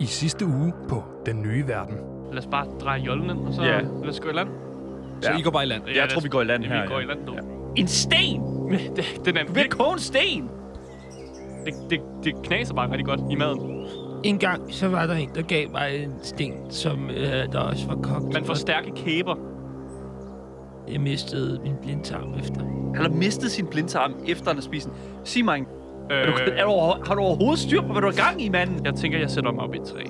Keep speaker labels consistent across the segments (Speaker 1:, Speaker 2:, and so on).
Speaker 1: i sidste uge på Den Nye Verden.
Speaker 2: Lad os bare dreje jollen ind, og så
Speaker 3: Ja.
Speaker 2: lad os gå i land.
Speaker 1: Så
Speaker 3: Ja.
Speaker 1: I går bare i land.
Speaker 2: Ja,
Speaker 3: Jeg
Speaker 2: lad
Speaker 3: tror,
Speaker 2: os-
Speaker 3: vi går i land
Speaker 2: ja,
Speaker 3: her.
Speaker 2: Vi går
Speaker 3: ja.
Speaker 2: i land nu.
Speaker 3: Ja.
Speaker 2: En sten! Det- Den er
Speaker 3: Du kan ikke
Speaker 2: virkelig...
Speaker 3: koge en sten!
Speaker 2: Det, det, det knaser bare rigtig godt i maden.
Speaker 4: En gang, så var der en, der gav mig en sten, som øh, der også var kogt.
Speaker 2: Man får
Speaker 4: og
Speaker 2: stærke kæber.
Speaker 4: Jeg mistede min blindtarm efter.
Speaker 3: Han har mistet sin blindtarm, efter han har spist den. Sig mig, er du,
Speaker 2: Øh,
Speaker 3: er du, overho- har du overhovedet styr på, hvad du har gang i, manden?
Speaker 2: jeg tænker, jeg sætter mig op i et træ.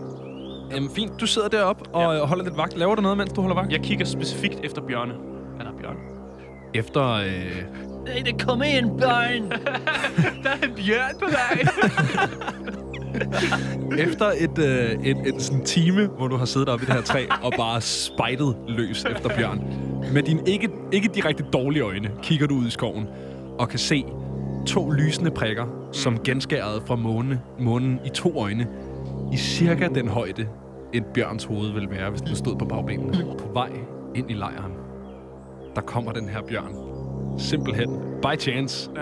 Speaker 1: Jamen fint, du sidder deroppe og ja. holder lidt vagt. Laver du noget, mens du holder vagt?
Speaker 2: Jeg kigger specifikt efter bjørne. Han er bjørne.
Speaker 1: Efter øh,
Speaker 3: Hey, det kom ind, børn!
Speaker 2: Der er en bjørn på vej!
Speaker 1: Efter et, øh, en, en sådan time, hvor du har siddet oppe i det her træ og bare spejtet løs efter bjørn, med dine ikke, ikke direkte dårlige øjne, kigger du ud i skoven og kan se to lysende prikker, som genskæret fra måne, månen i to øjne, i cirka den højde, et bjørns hoved vil være, hvis den stod på bagbenene. På vej ind i lejren, der kommer den her bjørn. Simpelthen, by chance,
Speaker 2: ja.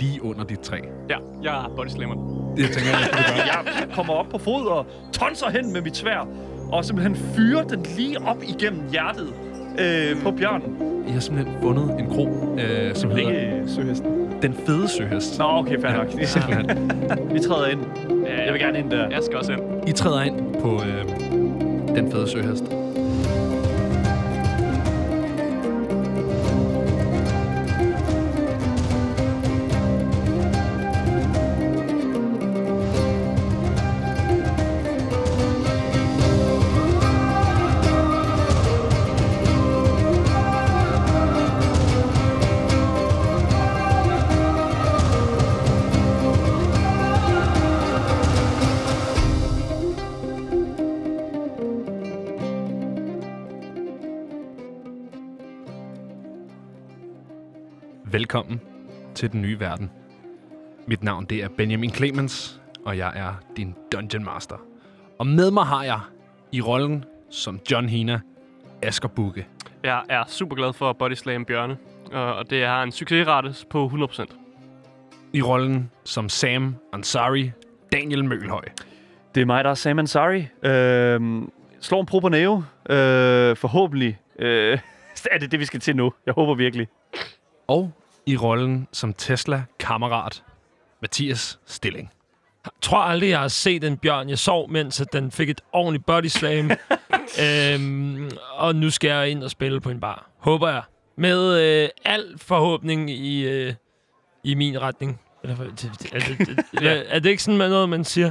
Speaker 1: lige under dit træ.
Speaker 2: ja, jeg er bodyslammeren.
Speaker 1: Det tænker jeg, at det gør.
Speaker 3: Jeg kommer op på fod og tonser hen med mit svær, og simpelthen fyrer den lige op igennem hjertet øh, på bjørnen.
Speaker 1: I har simpelthen fundet en kro, øh, som hedder
Speaker 3: Ikke søhesten.
Speaker 1: Den Fede Søhest.
Speaker 3: Nå, okay, fair nok.
Speaker 1: Ja, simpelthen.
Speaker 3: Vi træder ind.
Speaker 2: Ja,
Speaker 3: Jeg vil gerne ind der.
Speaker 2: Jeg skal også ind.
Speaker 1: I træder ind på øh, Den Fede Søhest. Velkommen til Den Nye Verden. Mit navn det er Benjamin Clemens, og jeg er din Dungeon Master. Og med mig har jeg i rollen som John Hina Asger Bukke.
Speaker 2: Jeg er super glad for at bodyslam bjørne. Og og det har en succesrate på 100%.
Speaker 1: I rollen som Sam Ansari Daniel Mølhøj.
Speaker 3: Det er mig, der er Sam Ansari. Øh, slår en properneo. Øh, forhåbentlig. Øh, er det det, vi skal til nu? Jeg håber virkelig.
Speaker 1: Og i rollen som Tesla-kammerat Mathias Stilling.
Speaker 4: Jeg tror aldrig, jeg har set en bjørn. Jeg sov, mens at den fik et ordentligt body slam. øhm, og nu skal jeg ind og spille på en bar. Håber jeg. Med øh, al forhåbning i, øh, i min retning. Eller, for- det- det- er, det, det,
Speaker 1: Ja.
Speaker 4: er det ikke sådan med noget, man siger?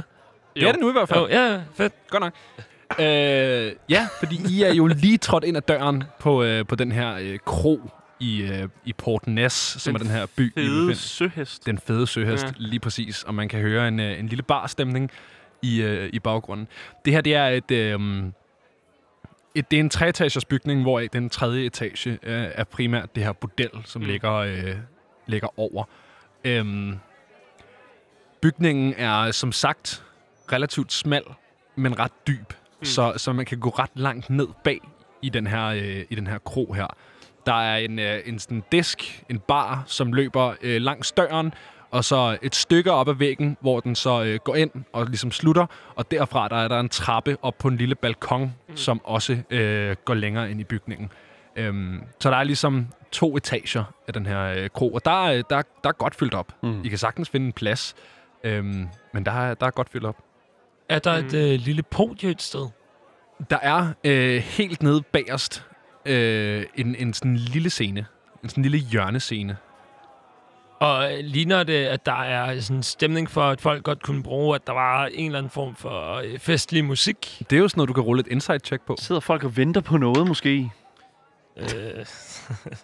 Speaker 1: Det er det nu i hvert fald.
Speaker 4: Jo, ja, fedt.
Speaker 1: Godt nok. Øh, ja, fordi I er jo lige trådt ind ad døren på, øh, på den her øh, kro i, øh, i Port Ness, som er
Speaker 2: Den
Speaker 1: den her by. I
Speaker 2: Fede
Speaker 1: befinder-
Speaker 2: søhest.
Speaker 1: den fede søhest, ja.
Speaker 2: Ja.
Speaker 1: lige præcis. Og man kan høre en, øh, en lille barstemning i, øh, i baggrunden. Det her, det er et... Øh, et, det er en treetagers bygning, hvor den tredje etage øh, er primært det her bordel, som
Speaker 2: Mm.
Speaker 1: mm. ligger, øh, ligger over. Øhm, bygningen er som sagt relativt smal, men ret dyb, mm. så, så man kan gå ret langt ned bag i den her, øh, i den her kro her. Der er en, øh, en sådan disk, en bar, som løber øh, langs døren, og så et stykke op ad væggen, hvor den så øh, går ind og ligesom slutter. Og derfra der er der en trappe op på en lille balkon, mm. som også øh, går længere ind i bygningen. Øhm, så der er ligesom to etager af den her øh, kro, og der, er- der, er- der er godt fyldt op. Mm. I kan sagtens finde en plads, øhm, men der, er- der er godt fyldt op.
Speaker 4: Er der et øh, lille podie et sted?
Speaker 1: Der er øh, helt nede bagerst øh, en, en sådan lille scene, en sådan lille hjørnescene.
Speaker 4: Og øh, ligner det, at der er sådan en stemning for, at folk godt kunne bruge, at der var en eller anden form for øh, festlig musik?
Speaker 1: Det er jo sådan noget, du kan rulle et insight-check på.
Speaker 3: Sidder folk og venter på noget, måske?
Speaker 4: Øh,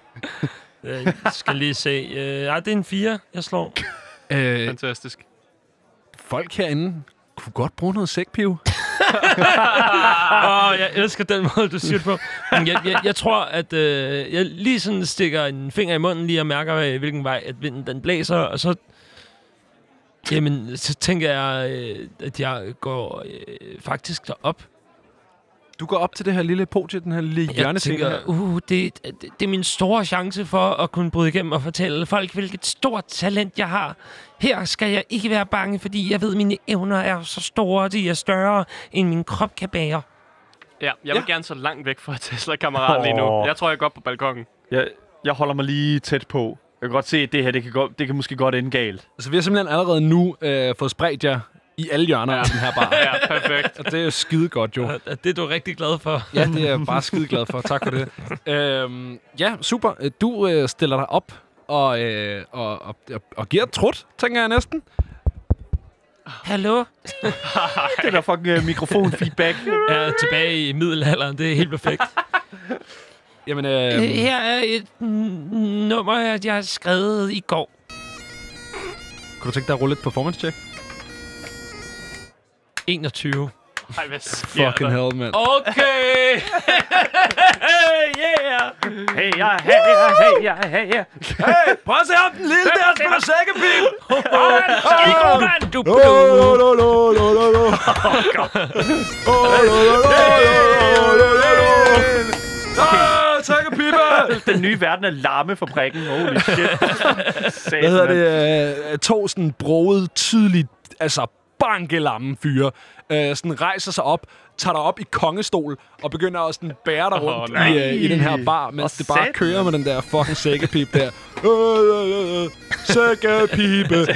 Speaker 4: jeg skal lige se. Øh, ej, det er en 4, jeg slår.
Speaker 1: Øh,
Speaker 2: Fantastisk.
Speaker 1: folk herinde kunne godt bruge noget sækpiv.
Speaker 4: Åh, jeg elsker den måde, du siger det på. Men jeg, jeg, jeg tror, at øh, jeg lige sådan stikker en finger i munden lige og mærker, øh, hvilken vej at vinden den blæser, og så... Jamen, så tænker jeg, øh, at jeg går øh, faktisk derop.
Speaker 1: Du går op til det her lille podie, den her lille
Speaker 4: Jeg
Speaker 1: hjørnescene
Speaker 4: tænker,
Speaker 1: her.
Speaker 4: uh, det, det, det er min store chance for at kunne bryde igennem og fortælle folk, hvilket stort talent jeg har. Her skal jeg ikke være bange, fordi jeg ved, at mine evner er så store, de er større, end min krop kan bære.
Speaker 2: Ja, jeg vil
Speaker 1: Ja.
Speaker 2: gerne så langt væk fra Tesla-kammeraten lige nu.
Speaker 3: Åh.
Speaker 2: Jeg tror, jeg går op på balkongen.
Speaker 3: Jeg, jeg holder mig lige tæt på. Jeg kan godt se, at det her, det kan, godt, det kan måske godt ende galt.
Speaker 1: Så vi har simpelthen allerede nu øh, fået spredt jer i alle hjørner af den her bar.
Speaker 2: Ja, perfekt.
Speaker 1: Og det er jo skide godt, jo.
Speaker 4: Det er du rigtig glad for.
Speaker 1: Ja, det er jeg bare skide glad for. Tak for det. øhm, ja, super. Øh, Du øh, stiller dig op og, øh, og, og, og, og giver et trut, tænker jeg næsten.
Speaker 4: Hallo?
Speaker 3: Det der fucking
Speaker 1: øh,
Speaker 3: uh, mikrofonfeedback.
Speaker 4: Jeg er tilbage i middelalderen, det er helt perfekt.
Speaker 1: Jamen, øh,
Speaker 4: Øh, Her er et n- nummer, jeg- jeg har skrevet i går.
Speaker 1: kunne du tænke dig at rulle et performance check?
Speaker 4: 21.
Speaker 2: Ej, hvad sker
Speaker 1: Fucking
Speaker 2: der?
Speaker 1: hell, mand.
Speaker 4: Okay! yeah!
Speaker 3: hey, ja, hey, ja, hey, ja, hey, ja.
Speaker 1: Prøv at se ham, den lille der spiller sækkepip!
Speaker 4: Skikoran, du
Speaker 1: Lo, lo, lo, lo, lo, lo. Åh, lo, lo, lo, lo, lo, lo, lo. Ah, sækkepippe!
Speaker 3: Den nye verden er larmefabrikken. Holy shit. Satan,
Speaker 1: Hvad hedder
Speaker 3: mand.
Speaker 1: det? Øh, to sådan broede, tydeligt, altså bankelamme fyre, øh, sådan rejser sig op, tager dig op i kongestol, og begynder at sådan bære dig rundt oh,
Speaker 2: nej.
Speaker 1: i, øh, i den her bar, mens
Speaker 3: Og
Speaker 1: det bare
Speaker 3: sat-
Speaker 1: kører med den der fucking sækkepip der. Øh, øh, øh, øh, Sækkepipe.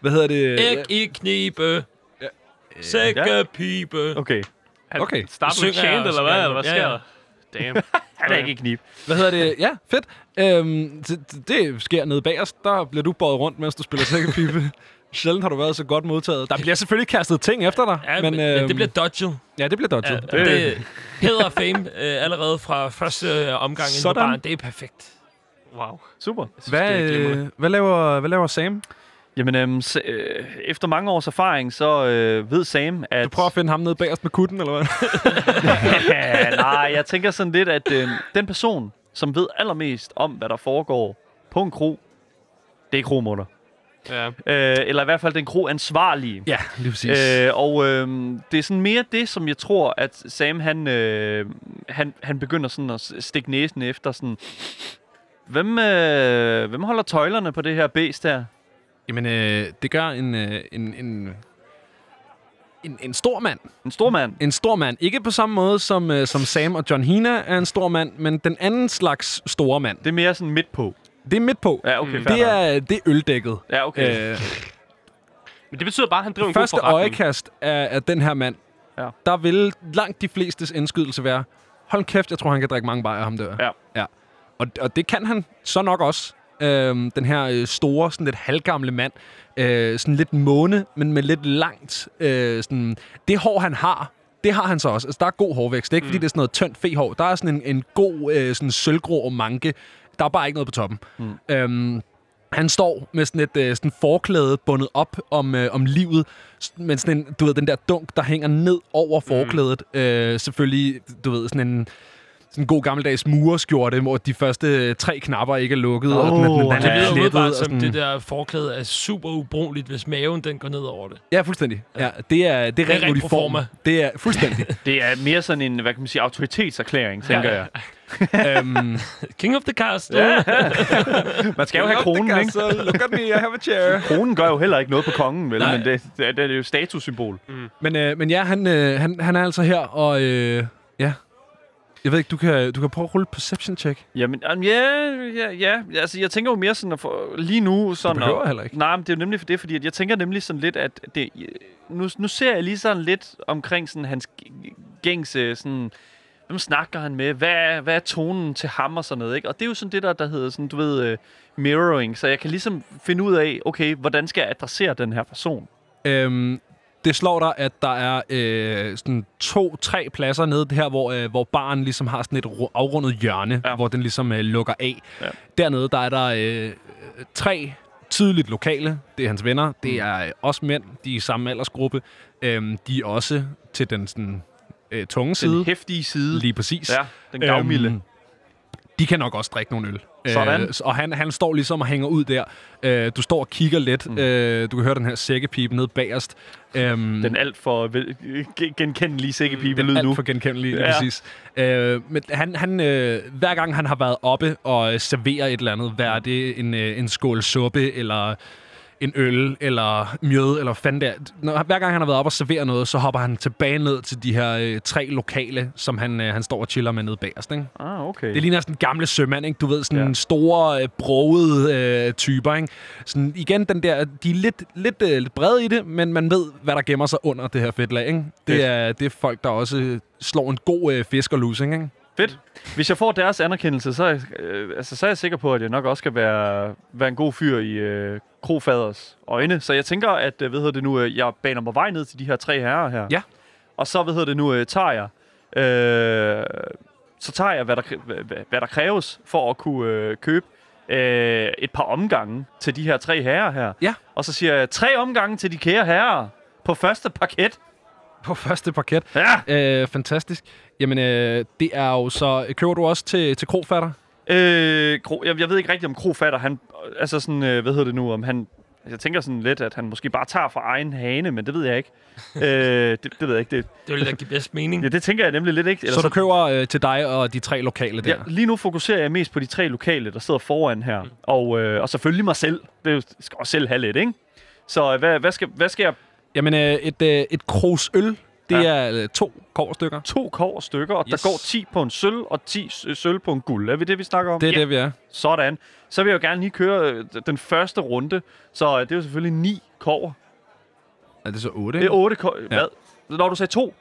Speaker 1: Hvad hedder det?
Speaker 4: Æg i knibe. Sækkepibe.
Speaker 3: Okay.
Speaker 1: Okay.
Speaker 2: Start med
Speaker 4: Synger jeg
Speaker 2: chant,
Speaker 4: også
Speaker 2: eller hvad?
Speaker 4: gerne.
Speaker 2: Eller hvad
Speaker 4: Ja,
Speaker 2: sker
Speaker 4: ja.
Speaker 2: der? Damn.
Speaker 3: Han er ikke i knib.
Speaker 1: Hvad hedder det? Ja, fedt. Øhm, det, det sker nede bag os. Der bliver du båret rundt, mens du spiller sækkepipe. Sjældent har du været så godt modtaget. Der bliver selvfølgelig kastet ting efter dig.
Speaker 4: Ja, men, men
Speaker 1: øhm,
Speaker 4: det bliver dodget.
Speaker 1: Ja, det bliver
Speaker 4: Ja,
Speaker 1: dodget.
Speaker 4: det, det hedder fame øh, allerede fra første øh, omgang inden på
Speaker 1: Sådan.
Speaker 4: barn. Det er perfekt.
Speaker 2: Wow.
Speaker 3: Super.
Speaker 2: Jeg synes,
Speaker 1: Hvad,
Speaker 2: det er glimrende.
Speaker 1: øh, hvad, laver, hvad laver Sam?
Speaker 3: Jamen, øhm, s- øh, efter mange års erfaring, så øh, ved Sam, at...
Speaker 1: Du prøver at finde ham nede bagerst med kutten, eller hvad?
Speaker 3: ja, nej, jeg tænker sådan lidt, at øh, den person, som ved allermest om, hvad der foregår på en kro, det er kromutter.
Speaker 2: Ja.
Speaker 3: Øh, eller i hvert fald den kroansvarlige.
Speaker 1: ja, lige præcis. Øh,
Speaker 3: Øh, og øh, det er sådan mere det, som jeg tror, at Sam han, øh, han, han begynder sådan at s- stikke næsen efter sådan... Hvem, øh, hvem holder tøjlerne på det her bæst her?
Speaker 1: Jamen, øh, det gør en, øh, en, en, en, en stor mand.
Speaker 3: En stor mand.
Speaker 1: En stor mand. Ikke på samme måde som, øh, som Sam og John Hina er en stor mand, men den anden slags store mand.
Speaker 3: Det er mere sådan midt på.
Speaker 1: Det er midt på.
Speaker 3: Ja, okay, mm.
Speaker 1: det, er, det er øldækket.
Speaker 3: Ja, okay.
Speaker 1: Øh,
Speaker 2: Men det betyder bare, at han driver en god
Speaker 1: første
Speaker 2: forretning.
Speaker 1: øjekast af, af den her mand,
Speaker 3: Ja.
Speaker 1: der vil langt de flestes indskydelse være, hold kæft, jeg tror, han kan drikke mange bajer, ham der.
Speaker 3: Ja.
Speaker 1: ja. Og, og det kan han så nok også. Øhm, den her øh, store, sådan lidt halvgamle mand. Øh, sådan lidt måne, men med lidt langt. Øh, sådan, det hår, han har, det har han så også. Altså, der er god hårvækst. Det er ikke, mm. fordi det er sådan noget tyndt fehår. Der er sådan en, en god, øh, sådan sølvgrå manke. Der er bare ikke noget på toppen. Mm. Øhm, han står med sådan et øh, sådan forklæde bundet op om, øh, om livet, s- men sådan en, du ved, den der dunk, der hænger ned over forklædet. Mm. Øh, selvfølgelig, du ved, sådan en sådan en god gammeldags mureskjorte, hvor de første øh, tre knapper ikke er lukket, og den, er- den, den,
Speaker 3: Åh,
Speaker 1: den
Speaker 4: Det
Speaker 1: er
Speaker 4: lyder
Speaker 1: klædt
Speaker 4: umiddelbart
Speaker 1: og
Speaker 4: som
Speaker 1: sådan.
Speaker 4: det der forklæde er super ubrugeligt, hvis maven den går ned over det.
Speaker 1: Ja, fuldstændig. Ja, det er, det er
Speaker 4: ren
Speaker 1: ren uniform.
Speaker 4: proforma.
Speaker 1: Det er fuldstændig.
Speaker 3: Det er mere sådan en, hvad kan man sige, autoritetserklæring, tænker
Speaker 4: Ja.
Speaker 3: ja. jeg.
Speaker 1: øhm,
Speaker 4: King of the Cast. Ja.
Speaker 3: Man skal jo have kronen,
Speaker 1: altså.
Speaker 3: ikke?
Speaker 1: Look at me, I have a chair.
Speaker 3: Kronen gør jo heller ikke noget på kongen, vel?
Speaker 1: Nej.
Speaker 3: Men det, det, er, det er jo statussymbol.
Speaker 1: Men, øh, men ja, han, øh, han, han er altså her, og øh, ja. Jeg ved ikke, du kan, du kan prøve at rulle et perception check.
Speaker 3: Jamen, jamen, ja, ja, ja. Altså, jeg tænker jo mere sådan, at for, lige nu sådan...
Speaker 1: behøver
Speaker 3: at-
Speaker 1: heller ikke.
Speaker 3: Nej, men det er jo nemlig for det, fordi at jeg tænker nemlig sådan lidt, at det, nu, nu ser jeg lige sådan lidt omkring sådan hans g- gængse sådan... Hvem snakker han med? Hvad er, hvad er tonen til ham og sådan noget, ikke? Og det er jo sådan det der, der hedder sådan, du ved, uh, mirroring. Så jeg kan ligesom finde ud af, okay, hvordan skal jeg adressere den her person?
Speaker 1: Øhm, det slår dig, at der er øh, sådan to-tre pladser nede her, hvor, øh, hvor baren ligesom har sådan et ru- afrundet hjørne, ja.
Speaker 3: Ja.
Speaker 1: hvor den ligesom øh, lukker af. Ja.
Speaker 3: Ja.
Speaker 1: Dernede der er der øh, tre tydeligt lokale. Det er hans venner. Det
Speaker 3: Mm.
Speaker 1: er øh, også mænd. De er i samme aldersgruppe. Øhm, de er også til den sådan, øh, tunge
Speaker 3: Den
Speaker 1: side.
Speaker 3: hæftige side.
Speaker 1: Lige præcis.
Speaker 3: Ja, den gavmilde.
Speaker 1: Øhm, de kan Øhm, nok også drikke nogle øl.
Speaker 3: Sådan.
Speaker 1: Øh, s- og han, han står ligesom og hænger ud der. Øh, du står og kigger lidt. Mm. Øh, du kan høre den her sækkepipe nede bagerst. Øhm,
Speaker 3: Den alt for vel- gen- genkendelige sækkepipe lyd
Speaker 1: Mm. alt
Speaker 3: nu.
Speaker 1: for genkendelig, lige
Speaker 3: Ja.
Speaker 1: ja. præcis. Øh, men han, han, øh, hver gang han har været oppe og øh, serverer et eller andet, hvad er det, en, øh, en skål suppe, eller en øl, eller mjød, eller fanden der. Når, hver gang han har været oppe og serverer noget, så hopper han tilbage ned til de her øh, tre lokale, som han, øh, han står og chiller med nede bagerst, ikke?
Speaker 3: Ah, okay.
Speaker 1: Det ligner sådan en gamle sømand, ikke? Du ved, sådan
Speaker 3: Ja.
Speaker 1: ja. store, øh, broede øh, typer, ikke? Sådan igen den der, de er lidt, lidt, øh, lidt brede i det, men man ved, hvad der gemmer sig under det her fedtlag, ikke?
Speaker 3: Fedt.
Speaker 1: Det er, det er folk, der også øh, slår en god øh, fiskerlusing, ikke?
Speaker 3: Fedt. Hvis jeg får deres anerkendelse, så er, jeg, øh, altså, så er jeg sikker på, at jeg nok også skal være, være en god fyr i øh, Krofaders øjne. Så jeg tænker, at øh, hvad hedder det nu, øh, jeg baner mig vej ned til de her tre herrer her.
Speaker 1: Ja.
Speaker 3: Og så, hvad hedder det nu, øh, tager jeg... Øh, så tager jeg, hvad der, kr- hvad, hvad- hvad der kræves for at kunne øh, købe øh, et par omgange til de her tre herrer her.
Speaker 1: Ja.
Speaker 3: Og så siger jeg, tre omgange til de kære herrer på første paket.
Speaker 1: På første parket.
Speaker 3: Ja.
Speaker 1: Øh, fantastisk. Jamen, øh, det er jo så... øh, Køber du også til, til krofatter?
Speaker 3: Øh, Kro, jeg, jeg ved ikke rigtigt, om Krofatter, han, altså sådan, øh, hvad hedder det nu, om han, jeg tænker sådan lidt, at han måske bare tager fra egen hane, men det ved jeg ikke. øh, det, det ved jeg ikke. Det,
Speaker 4: Det ville da give bedst mening.
Speaker 3: ja, det tænker jeg nemlig lidt ikke.
Speaker 1: Så du køber øh, til dig og de tre lokale der?
Speaker 3: ja, lige nu fokuserer jeg mest på de tre lokale, der sidder foran
Speaker 1: Mm.
Speaker 3: her, og, øh, og selvfølgelig mig selv. Det er jo- jeg skal også selv have lidt, ikke? Så øh, hvad, hvad, skal, hvad skal jeg?
Speaker 1: Jamen, øh, et, øh, et krus øl, det
Speaker 3: Ja.
Speaker 1: ja. er øh, to kovstykker.
Speaker 3: To kår stykker, og yes.
Speaker 1: Yes.
Speaker 3: der går 10 på en sølv og 10 s- øh, sølv på en guld. Er vi det, vi snakker om?
Speaker 1: Det er det, vi er.
Speaker 3: Sådan. Så vil jeg jo gerne lige køre øh, den første runde, så øh, det er jo selvfølgelig ni kår.
Speaker 1: Er det så otte?
Speaker 3: Det er
Speaker 1: ikke?
Speaker 3: otte kår. Hvad? Når du sagde to.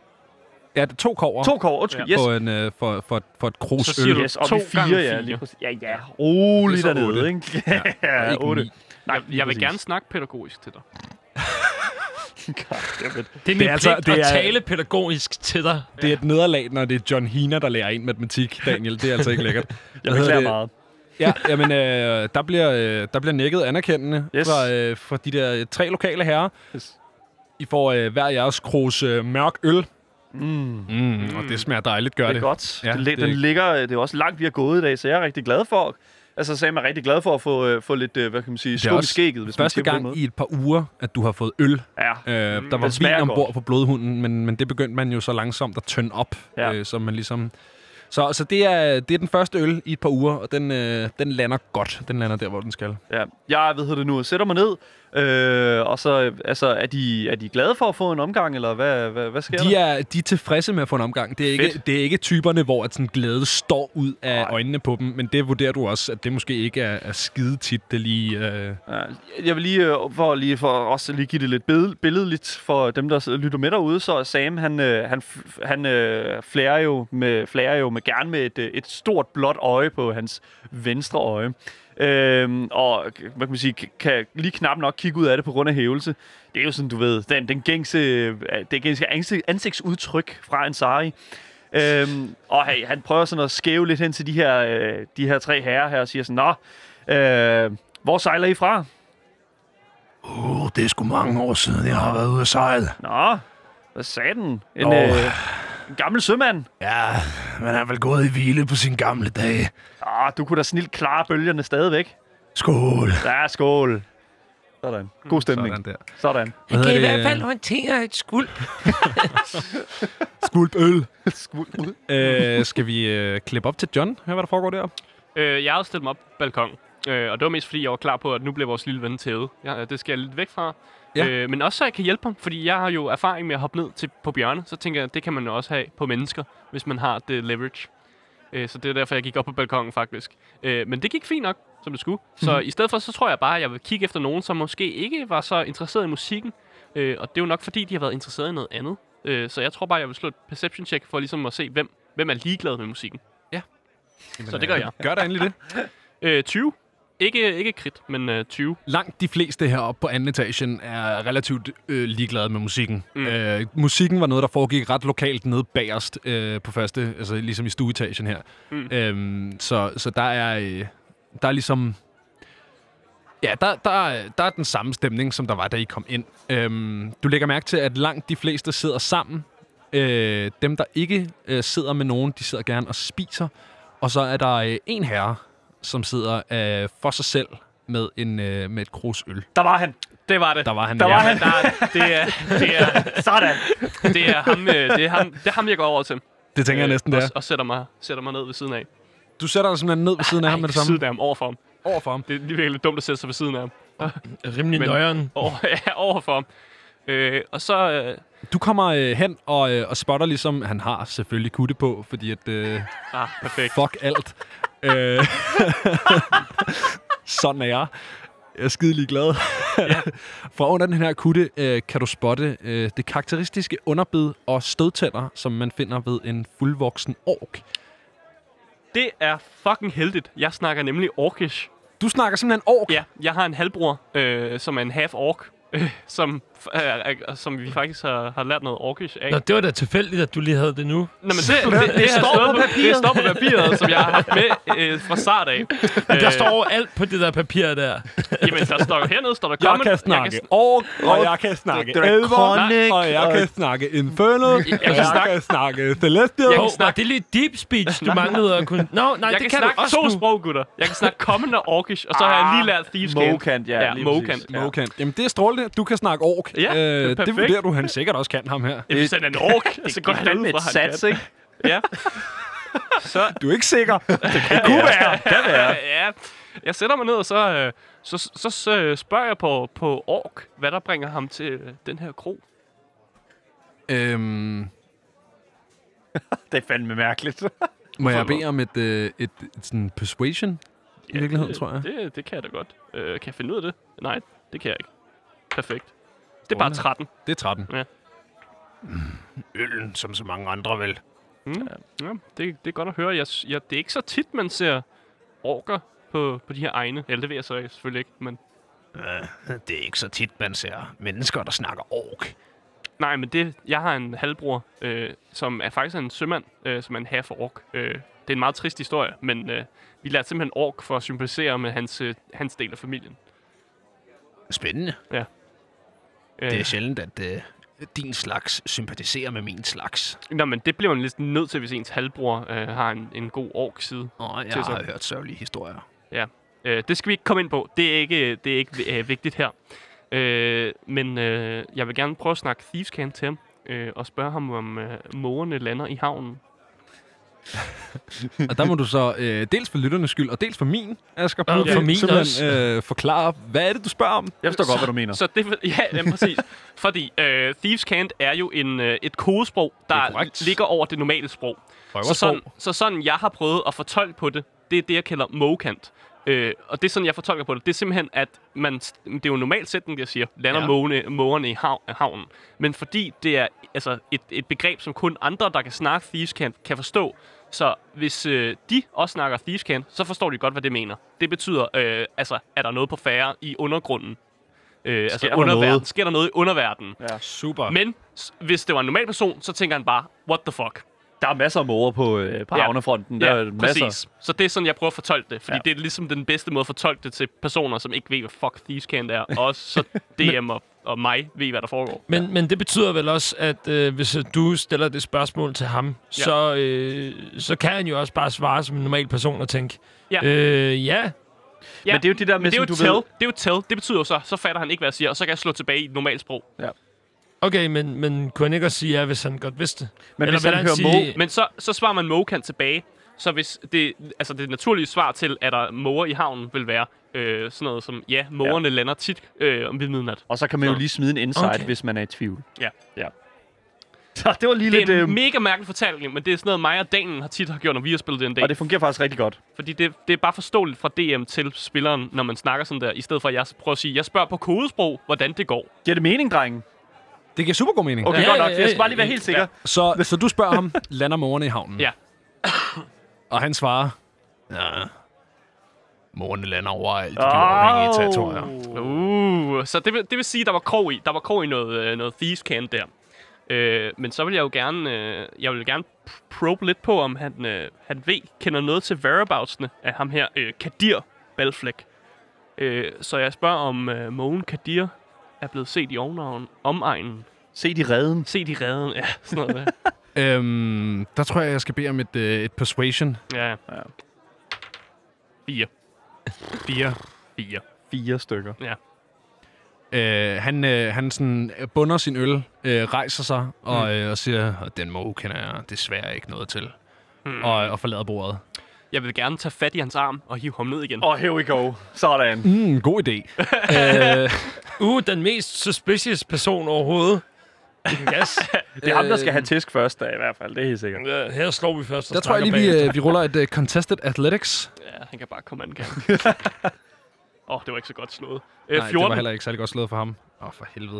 Speaker 1: Ja, det er to kover.
Speaker 3: To kår, undskyld.
Speaker 1: yes.
Speaker 3: Yes.
Speaker 1: på en, øh, for, for, for et krus
Speaker 2: Så
Speaker 1: øl.
Speaker 2: siger du
Speaker 3: Yes, og
Speaker 2: to
Speaker 3: vi fire,
Speaker 2: gange
Speaker 3: ja,
Speaker 2: fire.
Speaker 3: lige præcis. Ja, ja, rolig
Speaker 1: Det er så
Speaker 3: dernede,
Speaker 1: otte.
Speaker 3: ikke? Ja,
Speaker 1: og
Speaker 3: ja
Speaker 1: ikke ni.
Speaker 3: Nej,
Speaker 2: Jeg, jeg vil gerne snakke pædagogisk til dig.
Speaker 3: gerne...
Speaker 4: Det er min
Speaker 1: er altså-
Speaker 4: pligt
Speaker 1: det
Speaker 4: at
Speaker 1: er-
Speaker 4: tale pædagogisk til dig.
Speaker 1: Det er et nederlag, når det er John Hina, der lærer en matematik, Daniel. Det er altså ikke lækkert.
Speaker 3: Jeg
Speaker 1: Hvad hedder
Speaker 3: beklager
Speaker 1: det?
Speaker 3: meget.
Speaker 1: Ja, jamen, øh, der, bliver, øh, der bliver nikket anerkendende
Speaker 3: Yes.
Speaker 1: yes. fra, øh, fra de der øh, tre lokale herrer.
Speaker 3: Yes.
Speaker 1: I får øh, hver jeres krus øh, mørk øl.
Speaker 3: Mm,
Speaker 1: Mm, mm. Og det smager dejligt, gør
Speaker 3: det
Speaker 1: det.
Speaker 3: er godt. Ja,
Speaker 1: Ja,
Speaker 3: den,
Speaker 1: det
Speaker 3: det,
Speaker 1: er
Speaker 3: den
Speaker 1: ikke-
Speaker 3: ligger, øh, det er også langt, vi har gået i dag, så jeg er rigtig glad for. Altså, så er jeg rigtig glad for at få, øh, få lidt, øh, hvad kan man sige,
Speaker 1: Det er
Speaker 3: skum i
Speaker 1: også
Speaker 3: skægget, hvis man
Speaker 1: Første
Speaker 3: siger på den måde.
Speaker 1: gang i et par uger, at du har fået øl. Øh,
Speaker 3: Ja,
Speaker 1: der
Speaker 3: Den
Speaker 1: var vin
Speaker 3: smager godt.
Speaker 1: ombord på blodhunden, men, men det begyndte man jo så langsomt at tønde op,
Speaker 3: Ja.
Speaker 1: ja. øh, så man ligesom... Så, så det, er, det er den første øl i et par uger, og den, øh, den lander godt. Den lander der, hvor den skal.
Speaker 3: ja. Jeg, ved det nu, sætter mig ned, øh, og så, øh, altså, er de, er de glade for at få en omgang, eller hvad, hvad, hvad sker
Speaker 1: De
Speaker 3: der?
Speaker 1: er, de er tilfredse med at få en omgang. Det er, ikke,
Speaker 3: Fedt.
Speaker 1: det er ikke typerne, hvor at sådan glæde står ud af
Speaker 3: Nej.
Speaker 1: øjnene på dem, men det vurderer du også, at det måske ikke er, er skide tit, det lige... Øh,
Speaker 3: Ja, jeg vil lige, øh, for, lige for også lige give det lidt billed, billedligt for dem, der sidder og lytter med derude, så Sam, han, øh, han, f- han øh, flærer jo, med, flærer jo med, gerne med et, øh, et stort blåt øje på hans venstre øje. Øhm, og øh, hvad kan man sige, k- kan lige knap nok kigge ud af det på grund af hævelse. Det er jo sådan, du ved, den, den gængse, øh, det gængse ansigt, ansigtsudtryk fra Ansari. Øhm, og han, han prøver sådan at skæve lidt hen til de her, øh, de her tre herrer her og siger sådan, Nå, øh, hvor sejler I fra?
Speaker 1: oh, det er sgu mange år siden, jeg har været ude og sejle.
Speaker 3: Nå, hvad sagde den? En,
Speaker 1: Nå.
Speaker 3: øh, en gammel sømand?
Speaker 1: Ja, man er vel gået i hvile på sine gamle dage.
Speaker 3: Ah, du kunne da snilt klare bølgerne stadigvæk.
Speaker 1: Skål.
Speaker 3: Ja, skål. Sådan. God stemning.
Speaker 1: Sådan der.
Speaker 3: Sådan.
Speaker 1: Hvad
Speaker 4: Kan i
Speaker 1: hedder
Speaker 4: hvert
Speaker 1: det?
Speaker 4: fald håndtere et skuld.
Speaker 1: Skvulp øl.
Speaker 3: Sådan.
Speaker 1: Øh, skal vi øh, klippe op til John? Hør, hvad der foregår der.
Speaker 2: Øh, jeg havde stillet mig op på balkongen, øh, og det var mest fordi, jeg var klar på, at nu blev vores lille ven tævet. Ja, øh, det skal jeg lidt væk fra.
Speaker 1: Ja.
Speaker 2: Ja. Øh, men også så jeg kan hjælpe ham, fordi jeg har jo erfaring med at hoppe ned til, på bjørne, så tænker jeg, at det kan man jo også have på mennesker, hvis man har det leverage. Øh, så det er derfor, jeg gik op på balkongen faktisk. Øh, men det gik fint nok, som det skulle. Så i stedet for, så tror jeg bare, at jeg vil kigge efter nogen, som måske ikke var så interesseret i musikken. Øh, og det er jo nok fordi, de har været interesseret i noget andet. Øh, så jeg tror bare, jeg vil slå et perception check for ligesom at se, hvem, hvem er ligeglad med musikken. Så det gør jeg.
Speaker 1: Gør der endelig det.
Speaker 2: Øh, 20. Ikke, ikke krit, men øh, 20.
Speaker 1: Langt de fleste heroppe på anden etagen er relativt øh, ligeglade med musikken.
Speaker 2: Mm.
Speaker 1: Mm. Øh, musikken var noget, der foregik ret lokalt nede bagerst øh, på første, altså ligesom i stueetagen her.
Speaker 2: Mm.
Speaker 1: Mm. Øhm, så, så der er øh, der er ligesom... Ja, der, der, er- der er den samme stemning, som der var, da I kom ind. Øhm, du lægger mærke til, at langt de fleste sidder sammen. Øh, dem, der ikke øh, sidder med nogen, de sidder gerne og spiser. Og så er der øh, en herre, som sidder øh, for sig selv med, en, øh, med et krus øl.
Speaker 3: Der var han.
Speaker 2: Det var det.
Speaker 1: Der var han.
Speaker 3: Der var han.
Speaker 2: Der, er- det, er, det, er,
Speaker 3: Sådan.
Speaker 2: det, er ham, øh, det, er ham, det er ham, jeg går over til.
Speaker 1: Det tænker jeg næsten, det
Speaker 2: og,
Speaker 1: er.
Speaker 2: og sætter mig, sætter mig ned ved siden af.
Speaker 1: Øh, Du sætter dig simpelthen ned ved siden af ham med det samme.
Speaker 2: Siden af ham, overfor ham.
Speaker 1: Over for ham.
Speaker 2: Det er lige virkelig dumt at sætte sig ved siden af ham.
Speaker 4: Rimelig
Speaker 2: Men-
Speaker 4: nøjeren.
Speaker 2: Over, ja, overfor ham. Øh, og så... Øh,
Speaker 1: Du kommer øh, hen og, øh, og spotter ligesom, han har selvfølgelig kutte på, fordi at... Øh,
Speaker 2: ah, perfekt.
Speaker 1: fuck alt. øh, sådan er jeg. Jeg er skidelig glad. Fra under den her kutte øh, kan du spotte øh, det karakteristiske underbid og stødtænder, som man finder ved en fuldvoksen ork.
Speaker 2: Det er fucking heldigt. Jeg snakker nemlig orkish.
Speaker 1: Du snakker simpelthen ork.
Speaker 2: Ja, jeg har en halvbror, øh, som er en half-ork. Øh, som, øh, er- som vi faktisk har, har lært noget orkish af.
Speaker 4: Nå, det var da tilfældigt, at du lige havde det nu.
Speaker 2: Nå, men det, det, det, det, står på papiret. det står på papiret, som jeg har haft med øh, fra start af. Øh,
Speaker 4: Der står over alt på det der papir der.
Speaker 2: Jamen, der står hernede, står der
Speaker 1: Jeg
Speaker 2: common.
Speaker 1: kan snakke ork, og jeg kan snakke
Speaker 3: Det er
Speaker 1: elver,
Speaker 3: Chronic,
Speaker 1: og jeg kan snakke infernal, og
Speaker 2: kan
Speaker 1: jeg
Speaker 2: snakke-
Speaker 1: kan snakke celestial.
Speaker 2: Jeg
Speaker 4: Hov,
Speaker 2: kan
Speaker 4: var
Speaker 2: snakke-
Speaker 4: det lige deep speech, du manglede at kunne... Nå, nej,
Speaker 2: jeg
Speaker 4: det
Speaker 2: kan,
Speaker 4: kan, du
Speaker 2: snakke
Speaker 4: også
Speaker 2: to
Speaker 4: nu.
Speaker 2: sprog, gutter. Jeg kan snakke common og orkish, og så har jeg lige lært thieves game.
Speaker 3: Mocant, ja,
Speaker 2: ja
Speaker 3: lige
Speaker 2: mocant.
Speaker 3: præcis.
Speaker 2: Ja.
Speaker 3: Ja.
Speaker 1: Okay. Jamen, det er strålende. Du kan snakke ork.
Speaker 2: Ja, det er
Speaker 1: øh, det
Speaker 2: perfekt.
Speaker 1: vurderer du, han sikkert også kan, ham her.
Speaker 2: Hvis han er en ork, så går han ud
Speaker 3: Fandme
Speaker 2: fra,
Speaker 3: et
Speaker 2: at han
Speaker 3: sats,
Speaker 2: kan.
Speaker 3: ikke?
Speaker 2: Ja.
Speaker 1: Du er ikke sikker.
Speaker 2: ja. Jeg sætter mig ned, og så, øh, så, så, så øh, spørger jeg på, på ork, hvad der bringer ham til øh, den her kro.
Speaker 1: øhm,
Speaker 3: Det er fandme mærkeligt.
Speaker 1: Må jeg
Speaker 2: Hvorfor?
Speaker 1: bede om et, øh, et, et sådan persuasion? I virkeligheden,
Speaker 2: det,
Speaker 1: tror jeg.
Speaker 2: Det, det kan jeg da godt. Øh, kan jeg finde ud af det? Nej, det kan jeg ikke. Perfekt. Det er bare 13.
Speaker 1: Det er 13.
Speaker 2: Ja.
Speaker 1: Mm, Øllen, som så mange andre vel.
Speaker 2: Ja, det, det er godt at høre. Jeg, s- jeg, det er ikke så tit, man ser orker på, på de her egne. Eller det ved jeg så selvfølgelig ikke, men...
Speaker 1: Det er ikke så tit, man ser mennesker, der snakker ork.
Speaker 2: Nej, men det, jeg har en halvbror, øh, som er faktisk en sømand, øh, som er en half ork. Øh, det er en meget trist historie, men øh, vi lærte simpelthen ork for at sympatisere med hans, øh, hans del af familien.
Speaker 1: Spændende.
Speaker 2: Øh,
Speaker 1: sjældent, at øh, din slags sympatiserer med min slags.
Speaker 2: Nå, men det bliver man lidt nødt til, hvis ens halvbror øh, har en, en god ork-side.
Speaker 1: Og
Speaker 2: Til så. har
Speaker 1: hørt sørgelige historier.
Speaker 2: Ja, øh, det skal vi ikke komme ind på. Det er ikke, det er ikke øh, vigtigt her. Øh, men øh, jeg vil gerne prøve at snakke Thieves Can til ham, øh, og spørge ham, om øh, mågerne lander i havnen.
Speaker 1: og der må du så, øh, dels for lytternes skyld, og dels for min, Asger,
Speaker 4: Og
Speaker 1: Pugh,
Speaker 4: for min
Speaker 1: simpelthen
Speaker 4: også.
Speaker 1: Øh, forklare, hvad er det, du spørger om?
Speaker 3: Jeg forstår godt, hvad du mener.
Speaker 2: Så det, ja, ja, præcis. Fordi øh, Thieves Cant er jo en, øh, et kodesprog, der
Speaker 1: korrekt.
Speaker 2: ligger over det normale sprog. Så
Speaker 1: Røversprog.
Speaker 2: sådan, så sådan, jeg har prøvet at fortolke på det, det er det, jeg kalder mokant. Øh, og det er sådan, jeg fortolker på det. Det er simpelthen, at man, det er jo en normal sætning, jeg siger, lander
Speaker 1: Ja.
Speaker 2: ja. mågerne, mågerne i hav, havnen. Men fordi det er altså, et, et begreb, som kun andre, der kan snakke thieves kan, kan forstå, så hvis øh, de også snakker thieves kan, så forstår de godt, hvad det mener. Det betyder, øh, altså, er der noget på færre i undergrunden? Øh, altså,
Speaker 3: der
Speaker 2: underverden.
Speaker 3: noget?
Speaker 2: Sker der noget i underverdenen? Ja.
Speaker 1: Super.
Speaker 2: Men s- hvis det var en normal person, så tænker han bare, what the fuck?
Speaker 3: Der er masser af måder på, øh, på
Speaker 2: Ja.
Speaker 3: ja. havnefronten. Der er masser.
Speaker 2: præcis. Så det er sådan, jeg prøver at fortolke det. Fordi ja.
Speaker 3: Ja.
Speaker 2: det er ligesom den bedste måde at fortolke det til personer, som ikke ved, hvad fuck Thieves Can er. Og også så DM og, og mig ved, hvad der foregår.
Speaker 4: Men, men det betyder vel også, at øh, hvis øh, du stiller det spørgsmål til ham,
Speaker 2: Ja.
Speaker 4: ja. så, øh, så kan han jo også bare svare som en normal person og tænke,
Speaker 2: Ja.
Speaker 4: ja, øh, ja
Speaker 2: Ja,
Speaker 3: Men det er jo det der med,
Speaker 2: men det er jo
Speaker 3: sådan,
Speaker 2: tell.
Speaker 3: du ved...
Speaker 2: Det er jo tell. Det betyder jo så, så fatter han ikke, hvad jeg siger, og så kan jeg slå tilbage i et normalt sprog.
Speaker 4: okay, men, men kunne han ikke også sige ja, hvis han godt vidste det?
Speaker 3: Men
Speaker 4: Eller
Speaker 3: hvis
Speaker 4: vil
Speaker 3: han
Speaker 4: han
Speaker 3: hører
Speaker 4: sige-
Speaker 3: Mo...
Speaker 2: Men så, så svarer man Mokan tilbage. Så hvis det, altså det naturlige svar til, at der måger i havnen, vil være øh, sådan noget som, ja, mågerne ja. lander tit øh, om ved midnat.
Speaker 3: Og så kan man jo lige smide en insight,
Speaker 4: Okay.
Speaker 3: okay. hvis man er i tvivl.
Speaker 2: Ja.
Speaker 3: ja. Så det var lige
Speaker 2: Det
Speaker 3: lidt...
Speaker 2: er en
Speaker 3: Øh,
Speaker 2: mega mærkelig fortælling, men det er sådan noget, mig og Danen har tit har gjort, når vi har spillet den dag.
Speaker 3: og det fungerer faktisk rigtig godt.
Speaker 2: Fordi det, det er bare forståeligt fra DM til spilleren, når man snakker sådan der, i stedet for at jeg prøver at sige, jeg spørger på kodesprog, hvordan det går.
Speaker 3: Giver det mening, drengen?
Speaker 1: Det giver super god mening.
Speaker 3: Okay,
Speaker 4: Ja,
Speaker 3: ja, godt
Speaker 4: ja,
Speaker 3: nok.
Speaker 4: ja,
Speaker 3: Jeg skal bare lige
Speaker 4: ja.
Speaker 3: være helt sikker.
Speaker 1: Så, så du spørger ham, lander morerne i havnen?
Speaker 2: Ja.
Speaker 1: Og han svarer, ja, morerne lander overalt i de
Speaker 3: Åh.
Speaker 1: uafhængige territorier.
Speaker 2: Uh, så det vil, det vil sige, der var krog i, der var krog i noget, øh, noget thieves can der. Øh, men så vil jeg jo gerne, øh, jeg vil gerne p- probe lidt på, om han, øh, han ved, kender noget til whereaboutsene af ham her, øh, Kadir Balflæk. Øh, så jeg spørger, om øh, Mogen Kadir er blevet set i ovnavn, omegnen.
Speaker 3: Se de redden.
Speaker 2: Set i redden, ja, sådan noget der.
Speaker 1: Øhm, der tror jeg, jeg skal bede om et, øh, et persuasion.
Speaker 2: Ja. ja. Fire. Fire. Fire.
Speaker 3: Fire stykker.
Speaker 1: Øh, han, øh, han sådan bunder sin øl, øh, rejser sig og, mm. øh, og siger, "Og den må kender jeg desværre ikke noget til. Mm. Og, og forlader bordet.
Speaker 2: Jeg vil gerne tage fat i hans arm og hive ham ned igen.
Speaker 3: Og oh, here we go. Sådan.
Speaker 1: Mm, god idé. øh,
Speaker 4: Uh, den mest suspicious person overhovedet. I den gas.
Speaker 3: Det er ham, der skal have tisk først, da, i hvert fald. Det er helt sikkert.
Speaker 4: Øh, Her slår vi først og
Speaker 1: der tror jeg
Speaker 4: snakker
Speaker 1: lige, vi,
Speaker 4: bagefter.
Speaker 1: øh, vi ruller et uh, contested athletics.
Speaker 2: Ja, han kan bare komme an, kan han? Åh, oh, det var ikke så godt slået. Øh,
Speaker 1: Nej,
Speaker 2: 14.
Speaker 1: det var heller ikke særlig godt slået for ham. Åh, oh, for helvede.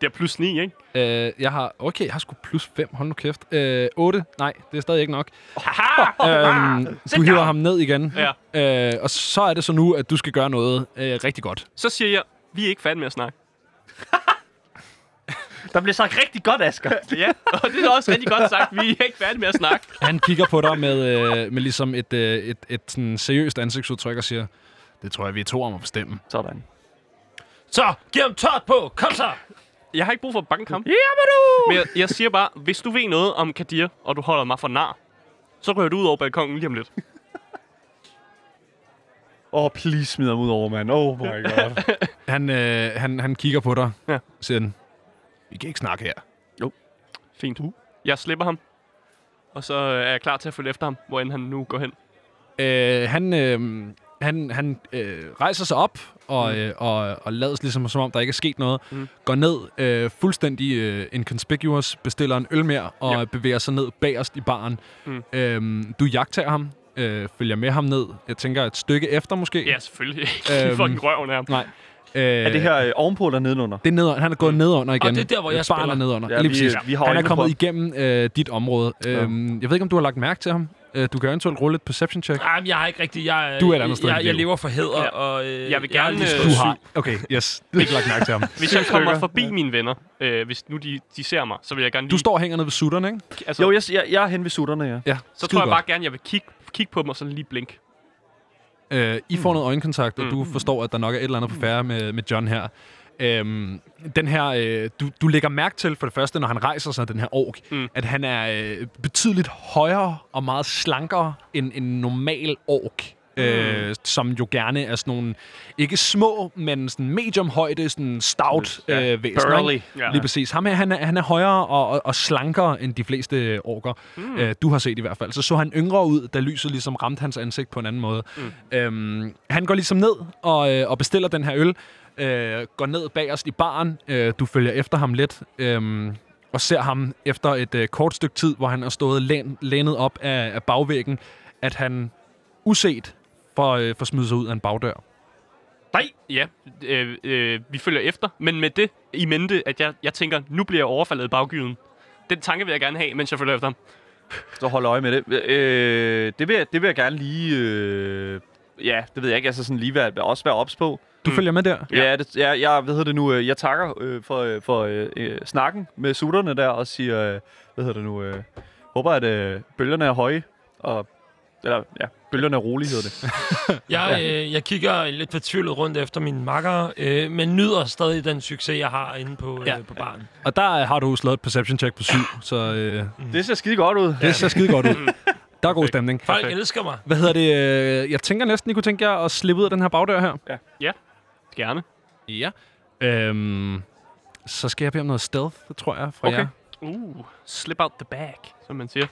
Speaker 2: Det er plus 9, ikke?
Speaker 1: Øh, jeg har... Okay, jeg har sgu plus 5. Hold nu kæft. Øh, 8. Nej, det er stadig ikke nok. Øhm, du hiver ham ned igen. Ja. Øh, og så er det så nu, at du skal gøre noget øh, rigtig godt.
Speaker 2: Så siger jeg, vi er ikke færdige med at snakke.
Speaker 3: Der bliver sagt rigtig godt, Asger.
Speaker 2: Ja, og det er også rigtig godt sagt. Vi er ikke færdige med at snakke.
Speaker 1: Han kigger på dig med, øh, med ligesom et, øh, et, et sådan seriøst ansigtsudtryk og siger, det tror jeg, vi er to om at bestemme.
Speaker 3: Sådan.
Speaker 4: Så, giv ham tørt på. Kom så.
Speaker 2: Jeg har ikke brug for at banke ham.
Speaker 3: Ja, men du!
Speaker 2: Men jeg, jeg siger bare, hvis du ved noget om Kadir, og du holder mig for nar, så rører du ud over balkongen lige om lidt.
Speaker 3: Åh, oh, please smid ham ud over, mand. Oh my god.
Speaker 1: Han, øh, han, han kigger på dig,
Speaker 2: Ja.
Speaker 1: ja. siger han, vi kan ikke snakke her.
Speaker 2: Fint. Jeg slipper ham. Og så øh, er jeg klar til at følge efter ham, hvor end han nu går hen.
Speaker 1: Øh, han øh, han, han øh, rejser sig op og, mm. øh, og, og lades ligesom som om, der ikke er sket noget. Mm. Går ned øh, fuldstændig øh, inconspicuous, bestiller en øl mere og
Speaker 2: Ja.
Speaker 1: yep. bevæger sig ned bagerst i baren.
Speaker 2: Mm.
Speaker 1: Mm. Øh, du jagter ham, øh, følger med ham ned. Jeg tænker et stykke efter måske.
Speaker 2: Ja, selvfølgelig. Øhm,
Speaker 1: Øhm,
Speaker 2: Fucking røven af ham.
Speaker 1: Nej. Øh,
Speaker 3: er det her øh, ovenpå eller nedenunder?
Speaker 1: Det er nedunder. Han er gået mm. nedunder igen.
Speaker 4: det er der, hvor jeg
Speaker 1: Baren
Speaker 4: spiller.
Speaker 1: er nedunder.
Speaker 3: Ja,
Speaker 1: Lige
Speaker 3: vi-
Speaker 1: præcis.
Speaker 3: vi har
Speaker 1: han er
Speaker 3: øjnene på
Speaker 1: kommet
Speaker 3: ham.
Speaker 1: igennem øh, dit område.
Speaker 3: Ja.
Speaker 1: Øhm, jeg ved ikke, om du har lagt mærke til ham. Øh, du kan eventuelt rulle et perception check.
Speaker 4: Ej, men jeg har ikke rigtig... Jeg,
Speaker 1: Du er et andet sted i
Speaker 4: Jeg,
Speaker 1: dit
Speaker 4: jeg
Speaker 1: liv.
Speaker 4: lever for hæder,
Speaker 2: Ja.
Speaker 4: ja. og... Øh,
Speaker 2: Jeg vil
Speaker 4: har
Speaker 2: gerne,
Speaker 4: lige
Speaker 2: øh,
Speaker 4: slået
Speaker 1: Du
Speaker 4: syv.
Speaker 1: har. Okay, yes. Du har ikke lagt mærke til ham.
Speaker 2: Hvis jeg kommer
Speaker 3: stykker.
Speaker 2: forbi mine venner, øh, hvis nu de, de ser mig, så vil jeg gerne lige...
Speaker 1: Du står og hænger nede ved sutterne, ikke?
Speaker 2: altså,
Speaker 3: Jo, jeg, jeg, jeg er hen ved sutterne, ja.
Speaker 1: Ja,
Speaker 2: så tror jeg bare gerne, jeg vil kigge, kigge på dem og sådan lige blink.
Speaker 1: bare... Øh, I får noget øjenkontakt, og
Speaker 2: Mm.
Speaker 1: du forstår, at der nok er et eller andet på færre med, med John her. Øhm, den her, øh, du, du lægger mærke til for det første, når han rejser sig, den her ork,
Speaker 2: Mm.
Speaker 1: mm. at han er øh, betydeligt højere og meget slankere end en normal ork. Øh, som jo gerne er sådan nogle, ikke små, men sådan medium højde, sådan stout
Speaker 3: Ja,
Speaker 1: øh, væsener. ikke?
Speaker 3: burly.
Speaker 2: Ja.
Speaker 1: Lige præcis. Ham her, han er, han er højere og, og, og slankere end de fleste orker, mm. øh, du har set i hvert fald. Så så han yngre ud, da lyset ligesom ramte hans ansigt på en anden måde. Mm. Øhm, han går ligesom ned og, øh, og bestiller den her øl, øh, går ned bagerst i baren, øh, du følger efter ham lidt, øh, og ser ham efter et øh, kort stykke tid, hvor han har stået læn, lænet op af, af bagvæggen, at han uset får, øh, får smidt sig ud af en bagdør.
Speaker 2: Nej, ja, øh, øh, vi følger efter, men med det i mente, at jeg, jeg tænker, nu bliver jeg overfaldet i baggyden. Den tanke vil jeg gerne have, mens jeg følger efter ham.
Speaker 3: Så hold øje med det. Øh, det, vil jeg, det vil jeg gerne lige... Øh, ja, det ved jeg ikke. Altså sådan lige være, også være ops på.
Speaker 1: Du
Speaker 2: Mm.
Speaker 1: mm. følger med der?
Speaker 2: Ja.
Speaker 3: Ja, ja det, jeg, jeg, hvad hedder det nu, øh, jeg takker øh, for, øh, for øh, øh, snakken med sutterne der, og siger, øh, hvad hedder det nu, øh, håber, at øh, bølgerne er høje, og, eller ja, bølgerne er rolige, hedder det.
Speaker 4: Jeg, øh, jeg kigger lidt fortvivlet rundt efter mine makker, øh, men nyder stadig den succes, jeg har inde på, øh, ja. på baren.
Speaker 1: Og der øh, har du slået et perception check på syv, så... Øh,
Speaker 3: Det ser skide godt ud.
Speaker 1: Det ser skide godt ud. Der er god stemning.
Speaker 4: Folk elsker mig.
Speaker 1: Hvad hedder det? øh, Jeg tænker næsten, I kunne tænke jer at slippe ud af den her bagdør her.
Speaker 2: Gerne.
Speaker 1: Ja. Øhm, så skal jeg bede om noget stealth, det tror jeg, fra
Speaker 3: Okay.
Speaker 1: okay. jer.
Speaker 2: Uh, slip out the bag, som man siger.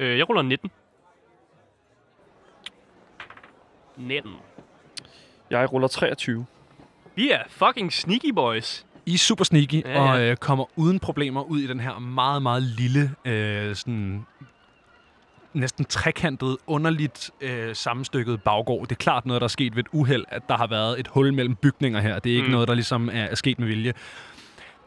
Speaker 2: Øh, jeg ruller 19. 19.
Speaker 3: Jeg ruller 23.
Speaker 2: Vi er fucking sneaky boys.
Speaker 1: I er super sneaky
Speaker 2: Ja,
Speaker 1: ja,
Speaker 2: ja.
Speaker 1: ja. og øh, kommer uden problemer ud i den her meget, meget lille, øh, sådan næsten trekantet, underligt øh, sammenstykket baggård. Det er klart noget, der er sket ved et uheld, at der har været et hul mellem bygninger her. Det er ikke
Speaker 2: Mm.
Speaker 1: mm. noget, der ligesom er, er sket med vilje.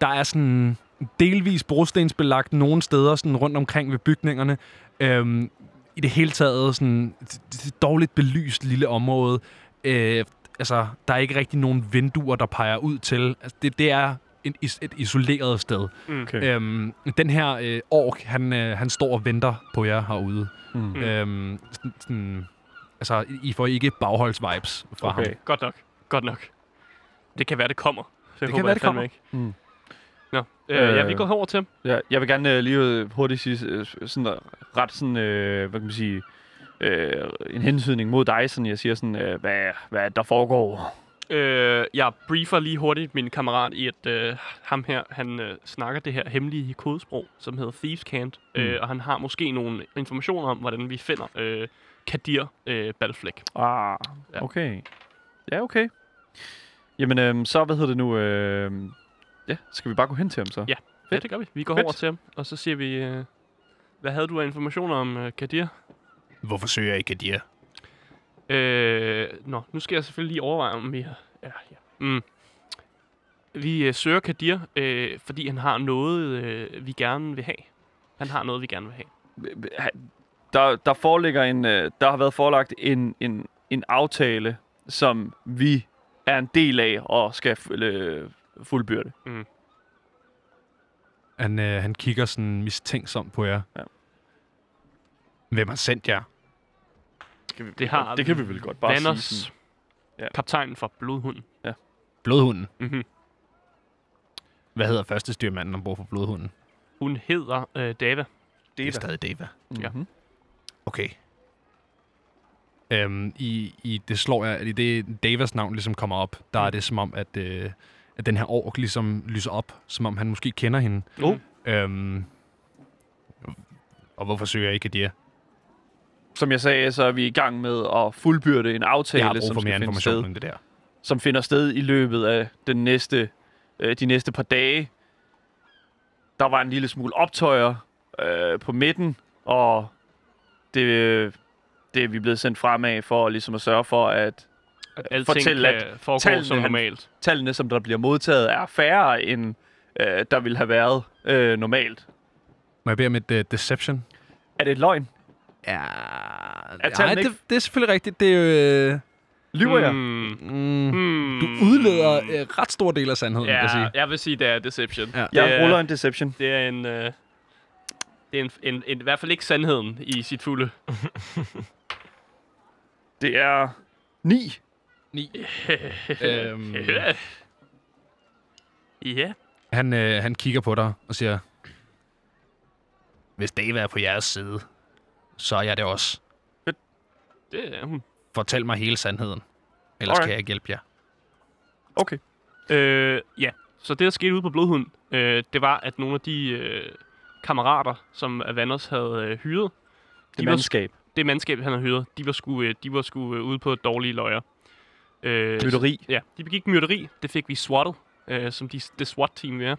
Speaker 1: Der er sådan delvis brostensbelagt nogle steder sådan rundt omkring ved bygningerne. Øhm, I det hele taget sådan et- et- et dårligt belyst lille område. Øh, altså, der er ikke rigtig nogen vinduer, der peger ud til. Altså, det, det er en, is- et isoleret sted.
Speaker 3: Okay.
Speaker 1: Øhm, den her øh, ork, han, øh, han står og venter på jer herude.
Speaker 3: Mm.
Speaker 1: Øhm, sådan, sådan, altså, I- I får ikke bagholds-vibes fra ham.
Speaker 3: Okay.
Speaker 2: Godt nok. Godt nok. Det kan være, det kommer. Så jeg
Speaker 1: kan
Speaker 2: håber,
Speaker 1: være,
Speaker 2: jeg
Speaker 1: det
Speaker 2: fandme
Speaker 1: kommer.
Speaker 2: Ikke.
Speaker 3: Mm.
Speaker 2: Nå, øh, øh, ja, vi
Speaker 3: Øh.
Speaker 2: går over til ham.
Speaker 3: Ja, jeg vil gerne øh, lige øh, hurtigt sige, øh, sådan øh, ret sådan, øh, hvad kan man sige, øh, en hensydning mod dig, sådan jeg siger sådan, øh, hvad, hvad er det, der foregår?
Speaker 2: Øh, jeg briefer lige hurtigt min kammerat i, at øh, ham her, han øh, snakker det her hemmelige kodesprog, som hedder Thieves Cant, mm. øh, og han har måske nogle informationer om, hvordan vi finder øh, Kadir øh, Balflæk.
Speaker 3: Ah,
Speaker 2: Ja.
Speaker 3: okay. Ja, okay. Jamen, øh, så hvad hedder det nu? Øh, ja, skal vi bare gå hen til ham så?
Speaker 2: Ja. Ja, det gør vi. Vi går
Speaker 3: Fedt.
Speaker 2: over til ham, og så siger vi, øh, hvad havde du af informationer om øh, Kadir?
Speaker 1: Hvorfor søger I Kadir?
Speaker 2: Øh, nå, nu skal jeg selvfølgelig lige overveje, om vi har... Ja, ja. Mm. Vi øh, søger Kadir, øh, fordi han har noget, øh, vi gerne vil have. Han har noget, vi gerne vil have.
Speaker 3: Der, der foreligger en, øh, der har været forelagt en, en, en aftale, som vi er en del af og skal fu- øh, fuldbyrde.
Speaker 1: Han, øh, han kigger sådan mistænksomt på jer.
Speaker 3: Ja.
Speaker 1: Hvem har sendt jer?
Speaker 3: Kan vi,
Speaker 2: Det har
Speaker 3: det kan vi vel godt bare
Speaker 2: Vanders,
Speaker 3: sige. Sådan. Ja.
Speaker 2: ja. kaptajnen for Blodhunden.
Speaker 1: Blodhunden.
Speaker 2: Mhm.
Speaker 1: Hvad hedder første styrmanden ombord på Blodhunden?
Speaker 2: Hun hedder øh, Dava.
Speaker 1: Det er
Speaker 3: Deva.
Speaker 1: stadig Deva.
Speaker 2: Ja.
Speaker 3: Mhm.
Speaker 1: Okay. Øhm, i, i det slår jeg, at i det Davas navn ligesom kommer op, der
Speaker 3: Mm.
Speaker 1: er det som om, at, øh, at den her ork ligesom lyser op, som om han måske kender hende.
Speaker 2: Oh.
Speaker 1: Øhm, og hvorfor søger jeg ikke Kadir?
Speaker 3: Som jeg sagde, så er vi i gang med at fuldbyrde en aftale,
Speaker 1: Jeg har brug
Speaker 3: som,
Speaker 1: for mere
Speaker 3: skal finde sted,
Speaker 1: information end det der.
Speaker 3: som finder sted i løbet af den næste, øh, de næste par dage. Der var en lille smule optøjer øh, på midten, og det, det er vi blevet sendt fremad for ligesom at sørge for, at
Speaker 2: Alting
Speaker 3: Fortæl,
Speaker 2: kan foregå
Speaker 3: tallene,
Speaker 2: som
Speaker 3: han-
Speaker 2: normalt.
Speaker 3: tallene, som der bliver modtaget, er færre end øh, der ville have været øh, normalt.
Speaker 1: Må jeg bede om et uh, deception?
Speaker 3: Er det et løgn?
Speaker 1: Ja, nej,
Speaker 3: tallene ikke-
Speaker 1: det, det er selvfølgelig rigtigt. Det er jo... Øh,
Speaker 3: Lyver mm. jeg?
Speaker 2: Mm.
Speaker 1: mm,
Speaker 2: Mm.
Speaker 1: du udleder øh, ret stor del af sandheden, vil jeg
Speaker 2: Ja,
Speaker 1: sige.
Speaker 2: jeg vil sige, det er deception.
Speaker 1: Ja.
Speaker 2: Det,
Speaker 3: Jeg ruller
Speaker 2: er,
Speaker 3: en deception.
Speaker 2: det er en... Øh, det er en, en, en, i hvert fald ikke sandheden i sit fulde.
Speaker 3: Det er 9. Mm.
Speaker 1: Øhm,
Speaker 2: Ja.
Speaker 1: han, øh, han kigger på dig og siger, hvis Dave er på jeres side, så er jeg det også.
Speaker 2: Det er hun.
Speaker 1: Fortæl mig hele sandheden, ellers
Speaker 3: Alright.
Speaker 1: kan jeg ikke hjælpe jer.
Speaker 3: Okay.
Speaker 2: Øh, ja, så det der skete ude på Blodhund, øh, det var, at nogle af de øh, kammerater, som Vanders havde øh, hyret,
Speaker 3: Det er
Speaker 2: var-
Speaker 3: mandskab.
Speaker 2: det mandskab, han havde hyret, de var sgu, øh, de var sgu øh, ude på dårlige løjer. Øh,
Speaker 3: Mytteri.
Speaker 2: Ja, de begik myrderi. Det fik vi swattet, øh, som de, det SWAT-team vi er.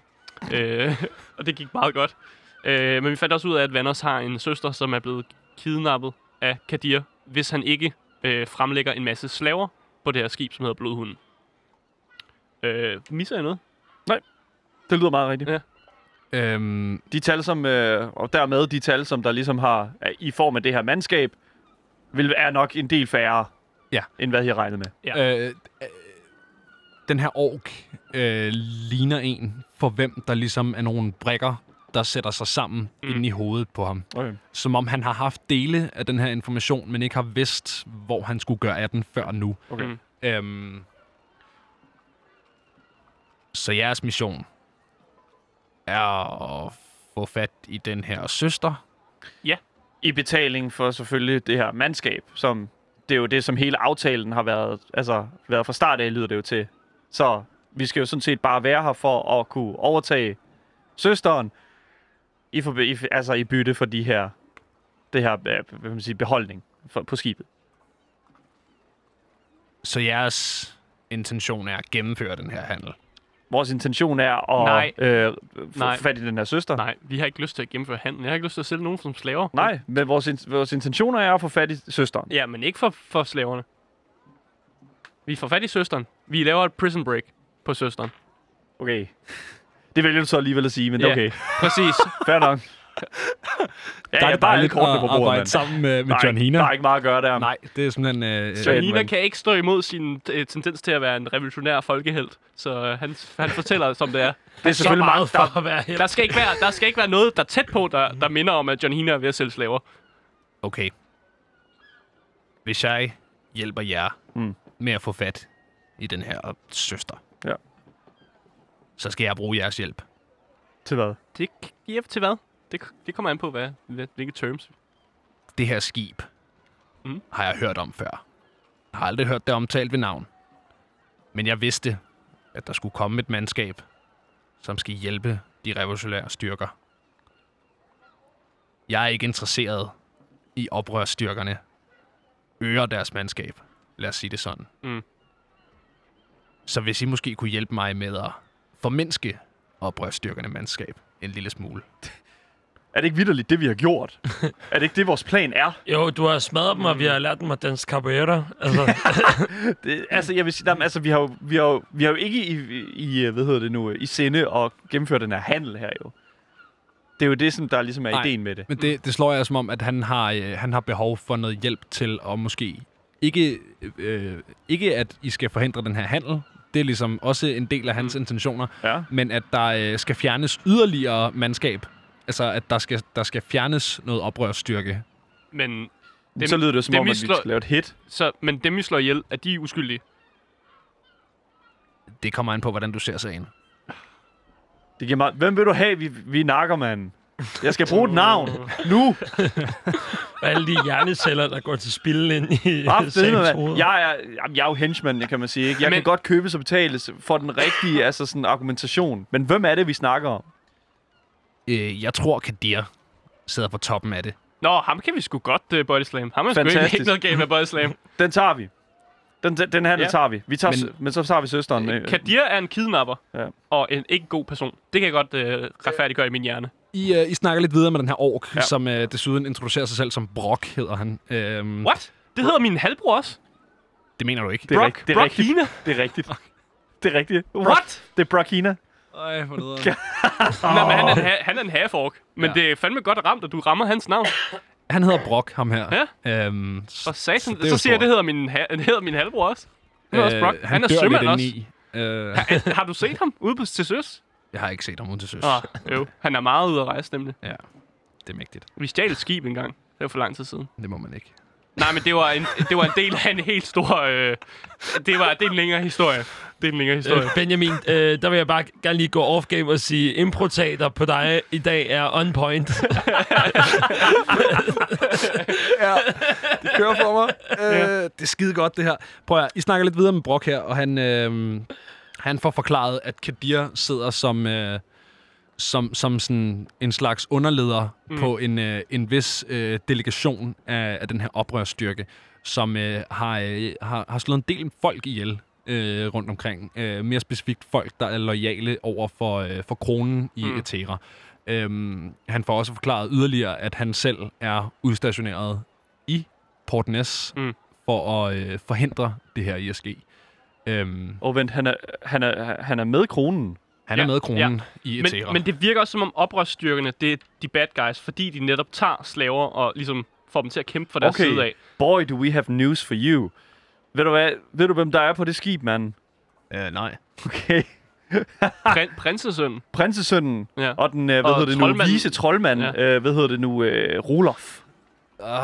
Speaker 2: øh, og det gik meget godt. Øh, men vi fandt også ud af, at Vanders har en søster, som er blevet kidnappet af Kadir, hvis han ikke øh, fremlægger en masse slaver på det her skib, som hedder Blodhunden. Øh, misser jeg noget?
Speaker 3: Det lyder meget rigtigt.
Speaker 1: Øhm,
Speaker 3: De tal, som, øh, og dermed de tal, som der ligesom har øh, i form af det her mandskab, vil er nok en del færre,
Speaker 1: Ja.
Speaker 3: end hvad jeg regnede med.
Speaker 1: ja. øh, øh, den her ork øh, ligner en, for hvem der ligesom er nogle brækker, der sætter sig sammen mm. inde i hovedet på ham.
Speaker 3: Okay.
Speaker 1: Som om han har haft dele af den her information, men ikke har vidst, hvor han skulle gøre af den før nu.
Speaker 3: Okay.
Speaker 2: Mm.
Speaker 1: Øhm, så jeres mission er at få fat i den her søster.
Speaker 3: I betaling for selvfølgelig det her mandskab, som det er jo det, som hele aftalen har været, altså været fra start af, lyder det jo til. Så vi skal jo sådan set bare være her for at kunne overtage søsteren i, for, i, altså i bytte for de her, det her øh, hvad kan man sige, beholdning for, på skibet.
Speaker 1: Så jeres intention er at gennemføre den her handel.
Speaker 3: Vores intention er at
Speaker 2: Nej.
Speaker 3: Øh,
Speaker 2: Nej.
Speaker 3: få fat i den her søster.
Speaker 2: Nej, vi har ikke lyst til at gennemføre handlen. Jeg har ikke lyst til at sælge nogen som slaver.
Speaker 3: Nej, men vores, in- vores intentioner er at få fat i søsteren.
Speaker 2: Ja, men ikke for, for slaverne. Vi får fat i søsteren. Vi laver et prison break på søsteren.
Speaker 3: Okay. Det vælger du så alligevel at sige, men
Speaker 2: Ja.
Speaker 3: yeah. okay.
Speaker 2: Præcis.
Speaker 3: Fair nok. Ja,
Speaker 1: Der er
Speaker 3: der er
Speaker 1: det
Speaker 3: bare alle
Speaker 1: dejligt
Speaker 3: kortene
Speaker 1: at
Speaker 3: på bordet,
Speaker 1: arbejde
Speaker 3: mand.
Speaker 1: sammen med, med
Speaker 3: Der er
Speaker 1: John
Speaker 3: ikke-
Speaker 1: Hina.
Speaker 3: Der er ikke meget at gøre der.
Speaker 1: Nej, det er simpelthen... Øh,
Speaker 3: Så-
Speaker 1: øh,
Speaker 2: John
Speaker 3: Edmund.
Speaker 2: kan ikke stå imod sin øh, tendens til at være en revolutionær folkehelt, så øh, han, han fortæller, os, som det er.
Speaker 3: Det er
Speaker 4: Så
Speaker 3: selvfølgelig
Speaker 4: meget
Speaker 3: meget der,
Speaker 4: for at være her.
Speaker 2: Der skal ikke være, der skal ikke være noget, der er tæt på, der, der minder om, at John Hina er ved at sælge slaver.
Speaker 1: okay. Hvis jeg hjælper jer
Speaker 3: Mm.
Speaker 1: med at få fat i den her søster,
Speaker 3: Ja.
Speaker 1: så skal jeg bruge jeres hjælp.
Speaker 3: Til hvad?
Speaker 2: Det giver til hvad? Det, det kommer an på, hvad, hvad, hvilke terms.
Speaker 1: Det her skib
Speaker 2: Mm.
Speaker 1: har jeg hørt om før. Jeg har aldrig hørt det omtalt ved navn. Men jeg vidste, at der skulle komme et mandskab, som skal hjælpe de revolutionære styrker. Jeg er ikke interesseret i oprørsstyrkerne. Øger deres mandskab. Lad os sige det sådan.
Speaker 2: Mm.
Speaker 1: Så hvis I måske kunne hjælpe mig med at formindske oprørsstyrkerne mandskab en lille smule.
Speaker 3: Er det ikke vidderligt, det vi har gjort? er det ikke det, vores plan er?
Speaker 4: Jo, du har smadret dem, og vi har lært dem at danse capoeira. Altså,
Speaker 3: Det, altså, jeg vil sige, jamen, altså, vi har jo, vi har jo, vi har jo ikke i, i, øh, hvad hedder det nu, øh, i sinde at gennemføre den her handel her jo. Det er jo det, som der ligesom er
Speaker 1: Nej.
Speaker 3: ideen med det.
Speaker 1: Men det, det slår jeg altså som om, at han har, øh, han har behov for noget hjælp til at måske... Ikke, øh, ikke at I skal forhindre den her handel. Det er ligesom også en del af hans mm. intentioner.
Speaker 3: Ja.
Speaker 1: Men at der øh, skal fjernes yderligere mandskab. Altså, at der skal, der skal fjernes noget oprørsstyrke.
Speaker 2: Men,
Speaker 3: Dem, så lyder det jo som
Speaker 2: dem,
Speaker 3: om,
Speaker 2: I
Speaker 3: at vi
Speaker 2: slår-
Speaker 3: skal lave et hit.
Speaker 2: så, men dem, vi slår ihjel, er de uskyldige?
Speaker 1: Det kommer an på, hvordan du ser sagen.
Speaker 3: Det giver mig, hvem vil du have, vi, vi nakker, mand? Jeg skal bruge et navn. Nu!
Speaker 4: og alle de hjerneceller, der går til spil ind i
Speaker 3: Bare fede,
Speaker 4: Sams
Speaker 3: mand.
Speaker 4: hoved.
Speaker 3: Jeg er, jamen, jeg er jo henchman, kan man sige. Ikke? Jeg Men...
Speaker 2: Men-
Speaker 3: kan godt købes og betales for den rigtige altså, sådan, argumentation. Men hvem er det, vi snakker om?
Speaker 1: Øh, jeg tror, Kadir sidder på toppen af det.
Speaker 2: Nå, ham kan vi sgu godt uh, body slam. Ham er sgu
Speaker 3: Fantastisk.
Speaker 2: ikke- ikke noget galt med body slam.
Speaker 3: Den tager vi. Den, den, den handel
Speaker 2: Ja.
Speaker 3: ja. tager vi. vi tager men,
Speaker 1: Men-
Speaker 3: men så tager vi søsteren. Øh,
Speaker 2: Kadir er en kidnapper
Speaker 3: Ja.
Speaker 2: og en ikke god person. Det kan jeg godt uh, retfærdiggøre i min hjerne.
Speaker 1: I, øh, I snakker lidt videre med den her ork,
Speaker 3: Ja.
Speaker 1: ja. som øh, desuden introducerer sig selv som Brock, hedder han.
Speaker 3: Mm.
Speaker 1: Øhm,
Speaker 2: What? Det hedder min halvbror også.
Speaker 1: Det mener du ikke?
Speaker 3: Det er,
Speaker 2: Brock,
Speaker 3: rigt- det er
Speaker 2: Brock
Speaker 3: rigtigt.
Speaker 2: Hina.
Speaker 3: Det er rigtigt. Det er rigtigt.
Speaker 2: What?
Speaker 3: Det er Brakina.
Speaker 1: Ej, for noget.
Speaker 2: Nej, men han er en, ha- han er en half-ork. Men ja. det er fandme godt ramt, at du rammer hans navn.
Speaker 1: Altså, Han hedder Brock, ham her. Ja. Øhm,
Speaker 2: For satan, så,
Speaker 1: det er
Speaker 2: så
Speaker 1: jo
Speaker 2: siger jeg,
Speaker 1: stort.
Speaker 2: det hedder min, ha- det hedder min halvbror også. Han hedder også Brock. Han, han er
Speaker 1: Øh, dør
Speaker 2: sømand
Speaker 1: lidt
Speaker 2: også.
Speaker 1: indeni. Øh,
Speaker 2: Har du set ham ude på til søs?
Speaker 1: jeg har ikke set ham uden til søs.
Speaker 2: Ah, jo. Han er meget ude at rejse, nemlig.
Speaker 1: Ja, det er mægtigt.
Speaker 2: Vi stjal et skib engang. Det var for lang tid siden.
Speaker 1: Det må man ikke.
Speaker 2: Nej, men det var en, det var en del af en helt stor... Øh, det, var, det er en længere historie. Det er en længere historie.
Speaker 4: Øh, Benjamin, øh, der vil jeg bare gerne lige gå off-game og sige, improtater på dig i dag er on point.
Speaker 1: Det kører for mig. Øh, det er skide godt, det her. Prøv at høre, I snakker lidt videre med Brock her, og han, øh, han får forklaret, at Kadir sidder som... Øh, som, som sådan en slags underleder mm. på en, øh, en vis øh, delegation af, af den her oprørsstyrke, som øh, har, øh, har, har slået en del folk ihjel øh, rundt omkring. Øh, mere specifikt folk, der er lojale over for, øh, for kronen i mm. Etera. Øhm, han får også forklaret yderligere, at han selv er udstationeret i Port Ness
Speaker 2: Mm.
Speaker 1: mm. for at øh, forhindre det her i at ske. Øhm,
Speaker 3: Og vent, han er, han, er, han er med kronen.
Speaker 1: han ja,
Speaker 2: Ja,
Speaker 1: er med kronen ja. i Etera.
Speaker 2: men, men det virker også, som om oprørsstyrkerne, det er de bad guys, fordi de netop tager slaver og ligesom får dem til at kæmpe for deres
Speaker 3: Okay.
Speaker 2: side af.
Speaker 3: Boy, do we have news for you. Ved du, hvad, ved du hvem der er på det skib, mand?
Speaker 1: øh, nej.
Speaker 3: Okay.
Speaker 2: Prin- prinsesønnen.
Speaker 3: Prinsesønnen
Speaker 2: Ja.
Speaker 3: og den, øh, hvad
Speaker 2: Og
Speaker 3: hedder det nu,
Speaker 2: troldmanden.
Speaker 3: vise troldmand,
Speaker 2: Ja.
Speaker 3: ja. øh, hvad hedder det nu, øh, Rolof.
Speaker 1: Ah,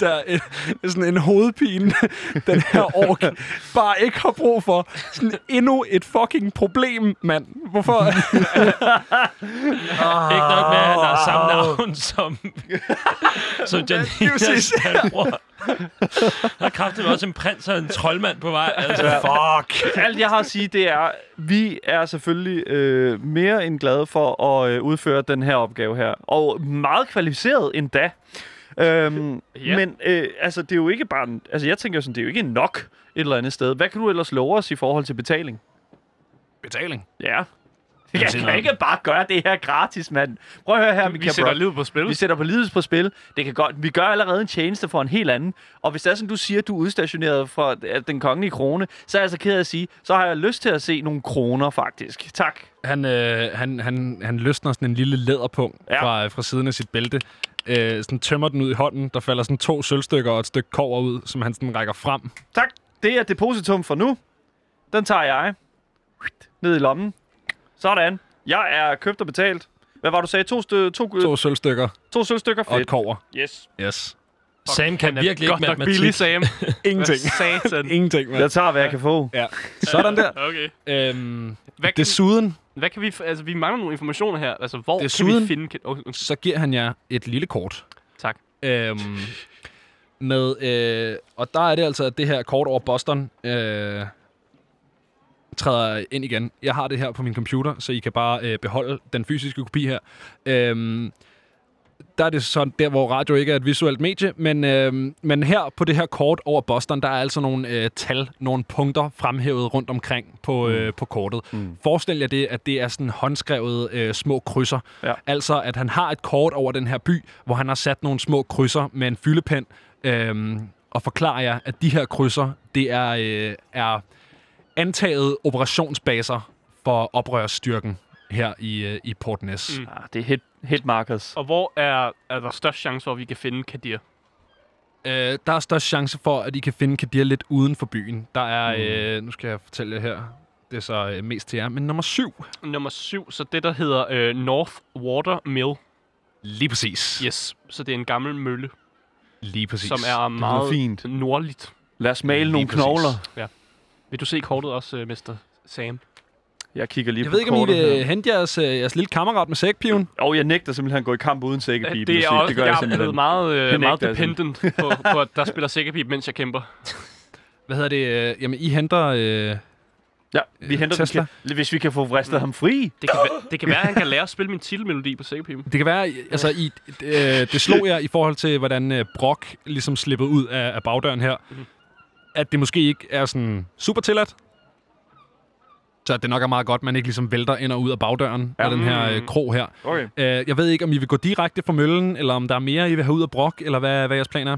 Speaker 1: der er en, sådan en hovedpine, den her ork bare ikke har brug for. Sådan endnu et fucking problem, mand. Hvorfor?
Speaker 4: Ikke nok med, at han har samme navn som, som Janinas
Speaker 1: præcis.
Speaker 4: halvbror. Der er kraftigt også en prins og en troldmand på vej. Altså, fuck.
Speaker 3: Alt jeg har at sige, det er, vi er selvfølgelig øh, mere end glade for at øh, udføre den her opgave her. Og meget kvalificeret endda. Øhm,
Speaker 2: Ja.
Speaker 3: ja. Men øh, altså, det er jo ikke bare... En, altså, jeg tænker jo sådan, det er jo ikke nok et eller andet sted. Hvad kan du ellers love os i forhold til betaling?
Speaker 1: Betaling.
Speaker 3: Ja. Jeg
Speaker 1: sender-
Speaker 3: kan ikke bare gøre det her gratis, mand. Prøv at høre her,
Speaker 2: Vi
Speaker 3: Michael
Speaker 2: sætter
Speaker 3: Brock.
Speaker 2: livet på spil.
Speaker 3: Vi sætter på livet på spil. Det kan godt. Vi gør allerede en tjeneste for en helt anden. Og hvis det er sådan, du siger, at du er udstationeret fra øh, den kongelige krone, så er jeg så ked af at sige, så har jeg lyst til at se nogle kroner, faktisk. Tak.
Speaker 1: Han, øh, han, han, han løsner sådan en lille læderpung
Speaker 3: Ja.
Speaker 1: ja. fra, fra siden af sit bælte. Øh, sådan tømmer den ud i hånden. Der falder sådan to sølvstykker og et stykke kover ud, som han sådan rækker frem.
Speaker 3: Tak. Det er depositum for nu. Den tager jeg. Ned i lommen. Sådan. Jeg er købt og betalt. Hvad var du sagde? To, stø- to, to.
Speaker 1: To sølvstykker
Speaker 3: to sølvstykker?
Speaker 1: og et
Speaker 3: Fedt.
Speaker 1: kover.
Speaker 3: Yes.
Speaker 1: Yes.
Speaker 4: Sam kan
Speaker 2: Han er
Speaker 4: virkelig ikke
Speaker 2: godt nok billig,
Speaker 4: matematik.
Speaker 2: Sam.
Speaker 1: Ingenting.
Speaker 2: Satan.
Speaker 1: Ingenting,
Speaker 3: Jeg
Speaker 1: mand.
Speaker 3: tager, hvad jeg kan få.
Speaker 1: Ja. Sådan der.
Speaker 2: Okay.
Speaker 1: Øhm,
Speaker 2: Hvad kan,
Speaker 1: desuden,
Speaker 2: vi, hvad kan vi... f- Altså, vi mangler nogle informationer her. Altså, hvor
Speaker 1: Desuden-
Speaker 2: kan vi finde... Ka- oh, undskyld.
Speaker 1: så giver han jer et lille kort.
Speaker 2: tak.
Speaker 1: Øhm, Med, øh, og der er det altså, at det her kort over Boston øh, træder ind igen. Jeg har det her på min computer, så I kan bare øh, beholde den fysiske kopi her. Øh, der er det sådan der, hvor radio ikke er et visuelt medie, men, øh, men her på det her kort over Boston, der er altså nogle øh, tal, nogle punkter fremhævet rundt omkring på, øh, på kortet. Mm. Forestil jer det, at det er sådan håndskrevet øh, små krydser.
Speaker 3: Ja.
Speaker 1: Altså, at han har et kort over den her by, hvor han har sat nogle små krydser med en fyldepen, øh, og forklarer jer, at de her krydser, det er, øh, er antaget operationsbaser for oprørsstyrken her i, øh, i Port Ness. Mm.
Speaker 3: Ah, det er hit, hit markers.
Speaker 2: Og hvor er, er der størst chance for, at vi kan finde Kadir?
Speaker 1: Øh, der er størst chance for, at I kan finde Kadir lidt uden for byen. Der er, mm. øh, nu skal jeg fortælle jer her, det er så øh, mest til jer, men nummer syv.
Speaker 2: Nummer syv, så det, der hedder øh, North Water Mill.
Speaker 1: Lige præcis.
Speaker 2: Yes, så det er en gammel mølle,
Speaker 1: Lige præcis.
Speaker 2: som er meget
Speaker 3: fint.
Speaker 2: nordligt.
Speaker 3: Lad os male
Speaker 1: Lige
Speaker 3: nogle
Speaker 1: præcis.
Speaker 3: knogler.
Speaker 2: Vil du se kortet også, øh, Mester Sam?
Speaker 3: Jeg kigger lige
Speaker 1: Jeg
Speaker 3: på
Speaker 1: ved ikke, om I
Speaker 3: kortet
Speaker 1: vil
Speaker 3: her.
Speaker 1: hente jeres, øh, jeres lille kammerat med sækpiven.
Speaker 3: Og jeg nægter simpelthen at gå i kamp uden sækkepipen.
Speaker 2: Øh, det er også,
Speaker 3: det gør jeg
Speaker 2: jeg, er
Speaker 3: simpelthen.
Speaker 2: blevet meget, øh,
Speaker 3: Det
Speaker 2: meget
Speaker 3: nægter jeg
Speaker 2: dependent på, på, at der spiller sikkerpip, mens jeg kæmper.
Speaker 1: Hvad hedder det? Øh, jamen, I henter... Øh,
Speaker 3: Ja, vi
Speaker 1: Øh,
Speaker 3: henter
Speaker 1: Tesla.
Speaker 3: Tesla. Mm. Hvis vi kan få vristet ham fri.
Speaker 2: Det kan, væ- det kan være, at han kan lære at spille min titelmelodi på sikkerpipen.
Speaker 1: det kan være... I- Altså, I, øh, det slog jer i forhold til, hvordan øh, Brock ligesom slippede ud af, af bagdøren her.
Speaker 2: Mhm.
Speaker 1: At det måske ikke er sådan super tilladt. Så det nok er meget godt, at man ikke ligesom vælter ind og ud af bagdøren ja. af den her øh, krog her.
Speaker 3: Okay.
Speaker 1: Øh, jeg ved ikke, om I vil gå direkte fra møllen, eller om der er mere, I vil have ud af Brock, eller hvad, hvad jeres planer er.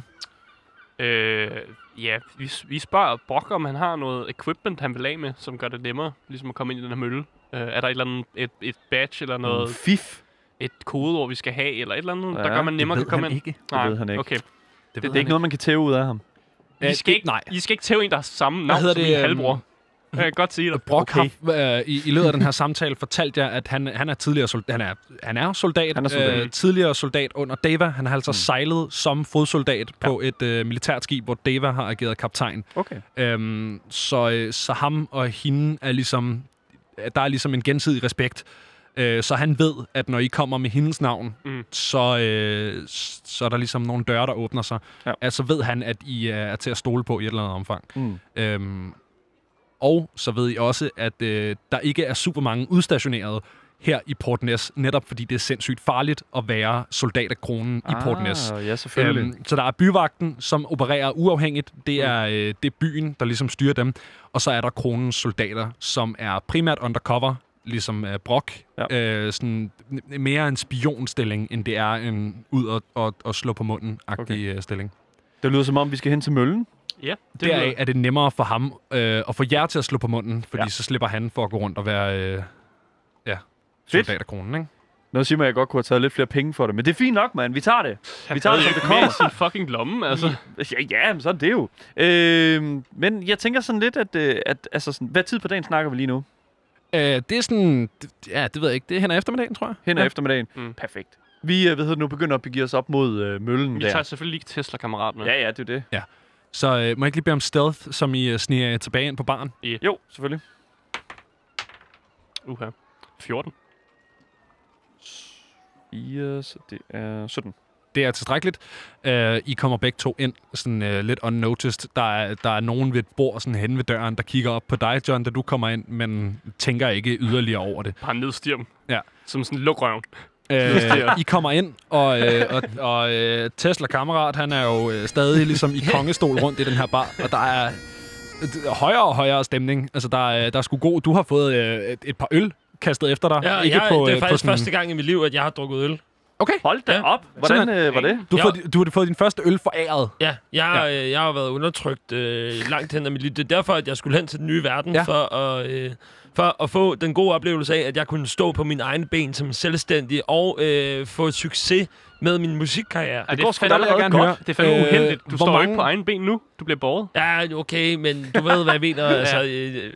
Speaker 2: Øh, ja, vi, vi spørger Brock, om han har noget equipment, han vil af med, som gør det nemmere ligesom at komme ind i den her mølle. Øh, er der et eller andet et, et badge eller noget, mm.
Speaker 3: Fif.
Speaker 2: et kodeord, vi skal have, eller et eller andet,
Speaker 3: Ja,
Speaker 2: der gør, man nemmere kan komme ind?
Speaker 1: ikke.
Speaker 2: Nej,
Speaker 3: ved han ikke.
Speaker 2: Okay.
Speaker 1: Det,
Speaker 3: Det er ikke noget, man kan tæve ud af ham.
Speaker 1: Øh,
Speaker 2: I, skal
Speaker 1: det-
Speaker 2: ikke,
Speaker 1: nej.
Speaker 2: I skal ikke tæve en, der har samme navn
Speaker 1: hedder
Speaker 2: som
Speaker 1: det,
Speaker 2: min
Speaker 1: øhm,
Speaker 2: halvbror. Jeg kan godt sige det.
Speaker 1: Brock okay. har, øh, i, i løbet af den her samtale fortalt jer, at han, han er tidligere soldat. Han er, han er soldat.
Speaker 3: Han er soldat.
Speaker 1: Øh, tidligere soldat under Deva. Han har altså mm. sejlet som fodsoldat ja. på et øh, militært skib, hvor Deva har ageret kaptajn.
Speaker 3: Okay.
Speaker 1: Øhm, så, øh, så ham og hende er ligesom... Der er ligesom en gensidig respekt. Øh, så han ved, at når I kommer med hendes navn,
Speaker 2: Mm.
Speaker 1: mm. så, øh, s- så er der ligesom nogle døre, der åbner sig.
Speaker 3: Ja.
Speaker 1: Ja. Altså ved han, at I er, er til at stole på i et eller andet omfang.
Speaker 3: Mm.
Speaker 1: Øhm, og så ved I også, at øh, der ikke er super mange udstationerede her i Port Ness, netop fordi det er sindssygt farligt at være soldat af kronen i Port Ness.
Speaker 3: Ah, ja, selvfølgelig. Mm. Øhm,
Speaker 1: så der er byvagten, som opererer uafhængigt. Det er, øh, det er byen, der ligesom styrer dem. Og så er der kronens soldater, som er primært undercover, ligesom øh, Brock.
Speaker 3: Ja.
Speaker 1: Ja. Øh, sådan, n- mere en spionstilling, end det er en ud og, og, og slå på munden-agtig
Speaker 3: Okay.
Speaker 1: okay. stilling.
Speaker 3: det lyder som om, vi skal hen til møllen.
Speaker 2: Ja, det
Speaker 1: Deraf
Speaker 2: lyder-
Speaker 1: er det nemmere for ham øh, at få jer til at slå på munden, fordi
Speaker 3: Ja.
Speaker 1: ja. så slipper han for at gå rundt og være øh, ja,
Speaker 3: Fedt.
Speaker 1: soldat af kronen. Ikke?
Speaker 3: Nå, siger man, at jeg godt kunne have taget lidt flere penge for det. Men det er fint nok, mand. Vi tager det.
Speaker 2: han
Speaker 3: Vi tager det,
Speaker 2: havde
Speaker 3: som det
Speaker 2: jo ikke
Speaker 3: kommer.
Speaker 2: med i sin fucking lomme, altså.
Speaker 3: Ja, ja men så er det jo. Øhm, men jeg tænker sådan lidt, at, øh, at altså sådan, hvad tid på dagen snakker vi lige nu?
Speaker 1: Øh, det er sådan, det, ja, det ved jeg ikke, det er hen ad eftermiddagen, tror jeg.
Speaker 3: Hen ad
Speaker 1: ja.
Speaker 3: eftermiddagen.
Speaker 2: Mm.
Speaker 3: Perfekt. Vi øh, hvad hedder det nu, begynder at begive os op mod øh, møllen
Speaker 2: Vi
Speaker 3: der.
Speaker 2: tager selvfølgelig ikke Tesla-kammerat med.
Speaker 3: Ja, ja, det er jo det.
Speaker 1: Så øh, må jeg ikke lige bede om stealth, som I øh, sniger jer tilbage ind på baren?
Speaker 3: Jo, selvfølgelig.
Speaker 2: Uha. 14.
Speaker 3: 4, så det er 17.
Speaker 1: Det er tilstrækkeligt. Øh, I kommer begge to ind, sådan øh, lidt unnoticed. Der er, der er nogen ved et bord sådan hen ved døren, der kigger op på dig, John, da du kommer ind, men tænker ikke yderligere over det.
Speaker 2: Bare nedstir dem.
Speaker 1: Ja.
Speaker 2: Som sådan, luk røven.
Speaker 1: Øh, I kommer ind, og, øh, og, og øh, Tesla-kammerat, han er jo øh, stadig ligesom i kongestol rundt i den her bar, og der er øh, højere og højere stemning. Altså, der er, der er sgu god... Du har fået øh, et, et par øl kastet efter dig.
Speaker 4: Ja, ikke jeg, på, det er
Speaker 1: øh,
Speaker 4: faktisk første gang i mit liv, at jeg har drukket øl.
Speaker 1: Okay.
Speaker 3: Hold da
Speaker 4: Ja.
Speaker 3: ja. op. Hvordan
Speaker 1: Simpelthen.
Speaker 3: øh, var det?
Speaker 1: Du,
Speaker 4: Ja.
Speaker 1: har fået, du har fået din første øl foræret.
Speaker 4: Ja, jeg, ja. Øh, jeg har været undertrykt øh, langt hen ad mit liv. Det er derfor, at jeg skulle hen til den nye verden, ja.
Speaker 1: Ja.
Speaker 4: for, at, øh, for at få den gode oplevelse af, at jeg kunne stå på mine egne ben som selvstændig, og øh, få succes med min musikkarriere.
Speaker 2: Ja,
Speaker 1: går sgu da allerede godt.
Speaker 2: Det er fandme
Speaker 1: Øh,
Speaker 2: uheldigt. Du
Speaker 1: hvor
Speaker 2: står jo ikke
Speaker 1: mange-
Speaker 2: på egen ben nu. Du bliver båret.
Speaker 4: Ja, okay, men du ved, hvad jeg mener. altså, øh,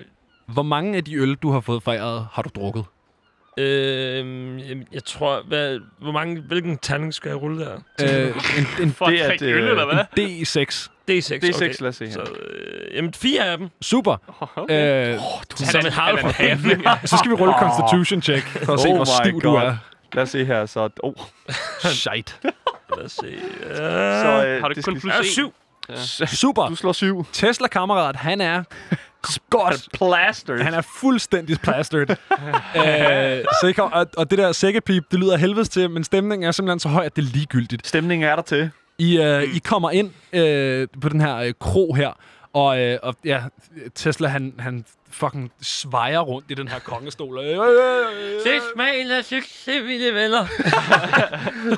Speaker 1: Hvor mange af de øl, du har fået foræret, har du drukket?
Speaker 4: øh, jeg tror, hvad, hvor mange, hvilken terning skal jeg rulle der?
Speaker 1: Øh, en, en,
Speaker 2: Fuck,
Speaker 3: Det er,
Speaker 2: det
Speaker 3: at,
Speaker 2: øl,
Speaker 3: øh,
Speaker 2: eller hvad?
Speaker 1: D6.
Speaker 4: D6,
Speaker 3: Det er 6,
Speaker 4: okay.
Speaker 3: lad os se her.
Speaker 4: Så, øh, jamen, fire af dem.
Speaker 1: Super.
Speaker 2: Okay.
Speaker 1: Øh,
Speaker 4: Som en halv for
Speaker 1: så skal vi rulle Constitution check for at se,
Speaker 3: Oh
Speaker 1: hvor
Speaker 3: my
Speaker 1: stiv du
Speaker 3: God.
Speaker 1: er.
Speaker 3: Lad os se her. Så, oh,
Speaker 1: Shit.
Speaker 4: Lad os se. Uh,
Speaker 3: Så, øh,
Speaker 2: Har du
Speaker 3: det
Speaker 2: kun
Speaker 3: skal-
Speaker 2: plus en?
Speaker 4: syv.
Speaker 1: Super.
Speaker 3: Du slår syv.
Speaker 1: Tesla-kammerat, han er godt.
Speaker 3: Plaster.
Speaker 1: Han er fuldstændig plastered. Æ, så I kan, og, og det der sækkepip, det lyder af helvedes til, men stemningen er simpelthen så høj, at det er ligegyldigt.
Speaker 3: Stemningen er der til.
Speaker 1: I, øh, I kommer ind øh, på den her øh, krog her, og, øh, og ja, Tesla, han, han fucking svejer rundt i den her kongestol. Øh, øh, øh, øh.
Speaker 4: Det smagen af succes, mine venner.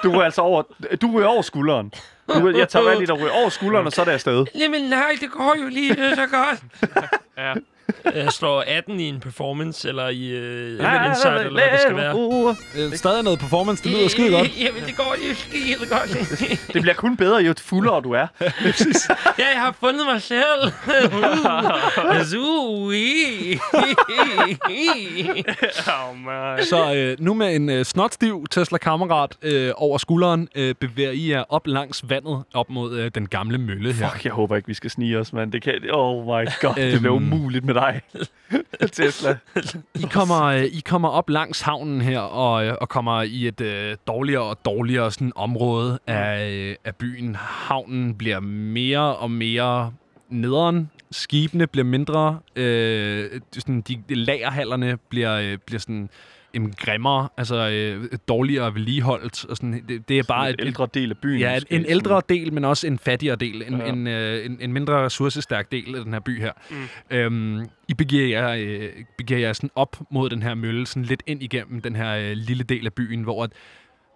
Speaker 3: Du er altså over, du er over skulderen. Du, er- jeg tager valg i dig ryger over skulderen, og så er det afsted.
Speaker 4: Jamen nej, det går jo lige så godt.
Speaker 2: Ja.
Speaker 4: Jeg slår 18 i en performance, eller i øh, en insight, eller hvad det skal være.
Speaker 3: Uh,
Speaker 1: Øh, stadig noget performance, det lyder skide godt.
Speaker 4: Jamen, det går jo skide godt.
Speaker 3: Det bliver kun bedre, jo fuldere du er.
Speaker 4: ja, jeg har fundet mig selv. Zui.
Speaker 2: Oh, man.
Speaker 1: Så øh, nu med en øh, snotstiv Tesla-kammerat øh, over skulderen, øh, bevæger I jer op langs vandet, op mod øh, den gamle mølle her.
Speaker 3: Fuck, jeg håber ikke, vi skal snige os, mand. Det kan... Oh my god,
Speaker 1: Øhm.
Speaker 3: det bliver umuligt med dig. Tesla.
Speaker 1: I kommer, øh, I kommer op langs havnen her, og, øh, og kommer i et øh, dårligere og dårligere sådan, område af, øh, af byen. Havnen bliver mere og mere nederen. Skibene bliver mindre. Øh, det- sådan, de, de lagerhallerne bliver, øh, bliver sådan, jamen, grimmere, altså øh, dårligere vedligeholdt. Og sådan, det, det er bare
Speaker 3: Bare en
Speaker 1: et, et,
Speaker 3: ældre del af byen.
Speaker 1: Ja, en,
Speaker 3: måske,
Speaker 1: en
Speaker 3: sådan.
Speaker 1: ældre del, men også en fattigere del. En,
Speaker 3: Ja.
Speaker 1: ja. en, øh, en, en mindre ressourcestærk del af den her by her. Mm. Øhm, I begiver jer, øh, begiver jer sådan op mod den her mølle, sådan lidt ind igennem den her øh, lille del af byen, hvor at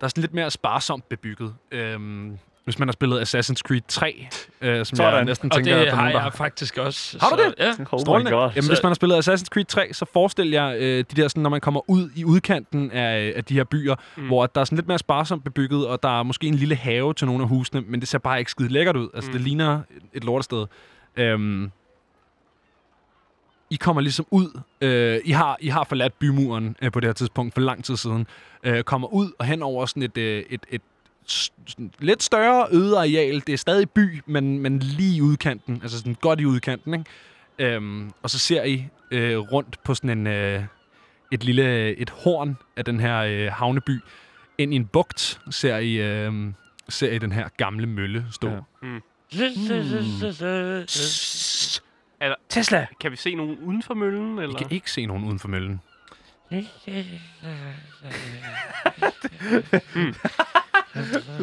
Speaker 1: der er sådan lidt mere sparsomt bebygget. Øhm, hvis man har spillet Assassin's Creed 3, øh, som
Speaker 3: Sådan.
Speaker 1: jeg næsten
Speaker 4: Og
Speaker 1: tænker, at
Speaker 4: det
Speaker 1: der er
Speaker 4: har
Speaker 1: nogen, der
Speaker 4: jeg faktisk også.
Speaker 1: Har du
Speaker 4: så-
Speaker 1: det?
Speaker 4: Ja.
Speaker 3: Oh my
Speaker 1: Strålende.
Speaker 3: god.
Speaker 1: Jamen,
Speaker 4: Så-
Speaker 1: hvis man har spillet Assassin's Creed 3, så forestil jer øh, de der, sådan, når man kommer ud i udkanten af, øh, af de her byer, mm. hvor at der er sådan lidt mere sparsomt bebygget, og der er måske en lille have til nogle af husene, men det ser bare ikke skide lækkert ud. Altså, mm. det ligner et- et lortested. Øhm, I kommer ligesom ud. Øh, I, har, I har forladt bymuren øh, på det her tidspunkt for lang tid siden. Øh, kommer ud og hen over sådan et, øh, et, et s- sådan lidt større øde areal. Det er stadig by, men, men lige i udkanten. Altså sådan godt i udkanten, ikke? Øhm, og så ser I øh, rundt på sådan en, øh, et lille et horn af den her øh, havneby. Ind i en bugt ser I, øh, ser I den her gamle mølle stå.
Speaker 3: Ja.
Speaker 1: Ja.
Speaker 2: Er der,
Speaker 3: Tesla.
Speaker 2: kan vi se nogen uden for møllen? Eller?
Speaker 1: I kan ikke se nogen uden for møllen.
Speaker 4: Hmm.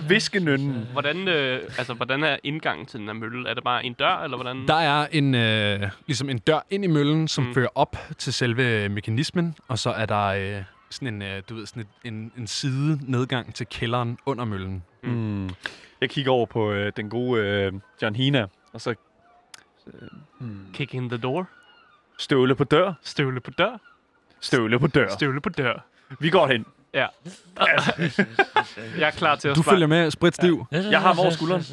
Speaker 3: Viskenønnen.
Speaker 2: Hvordan, øh, altså, hvordan er indgangen til den her mølle? Er det bare en dør, eller hvordan?
Speaker 1: Der er en, øh, ligesom en dør ind i møllen, som mm. fører op til selve mekanismen, og så er der øh, sådan en, øh, du ved, sådan et, en, en side nedgang til kælderen under møllen.
Speaker 3: Mm. Jeg kigger over på øh, den gode øh, John Hina, og så
Speaker 2: Kick in the door.
Speaker 3: støvle på dør.
Speaker 2: Støvle på dør.
Speaker 3: Støvle på dør.
Speaker 2: Støvle på dør.
Speaker 3: Vi går hen.
Speaker 2: Ja. Jeg er klar til at
Speaker 1: Du
Speaker 2: sparke.
Speaker 1: følger med, spritstiv. Ja.
Speaker 3: Jeg har ham over skulderen.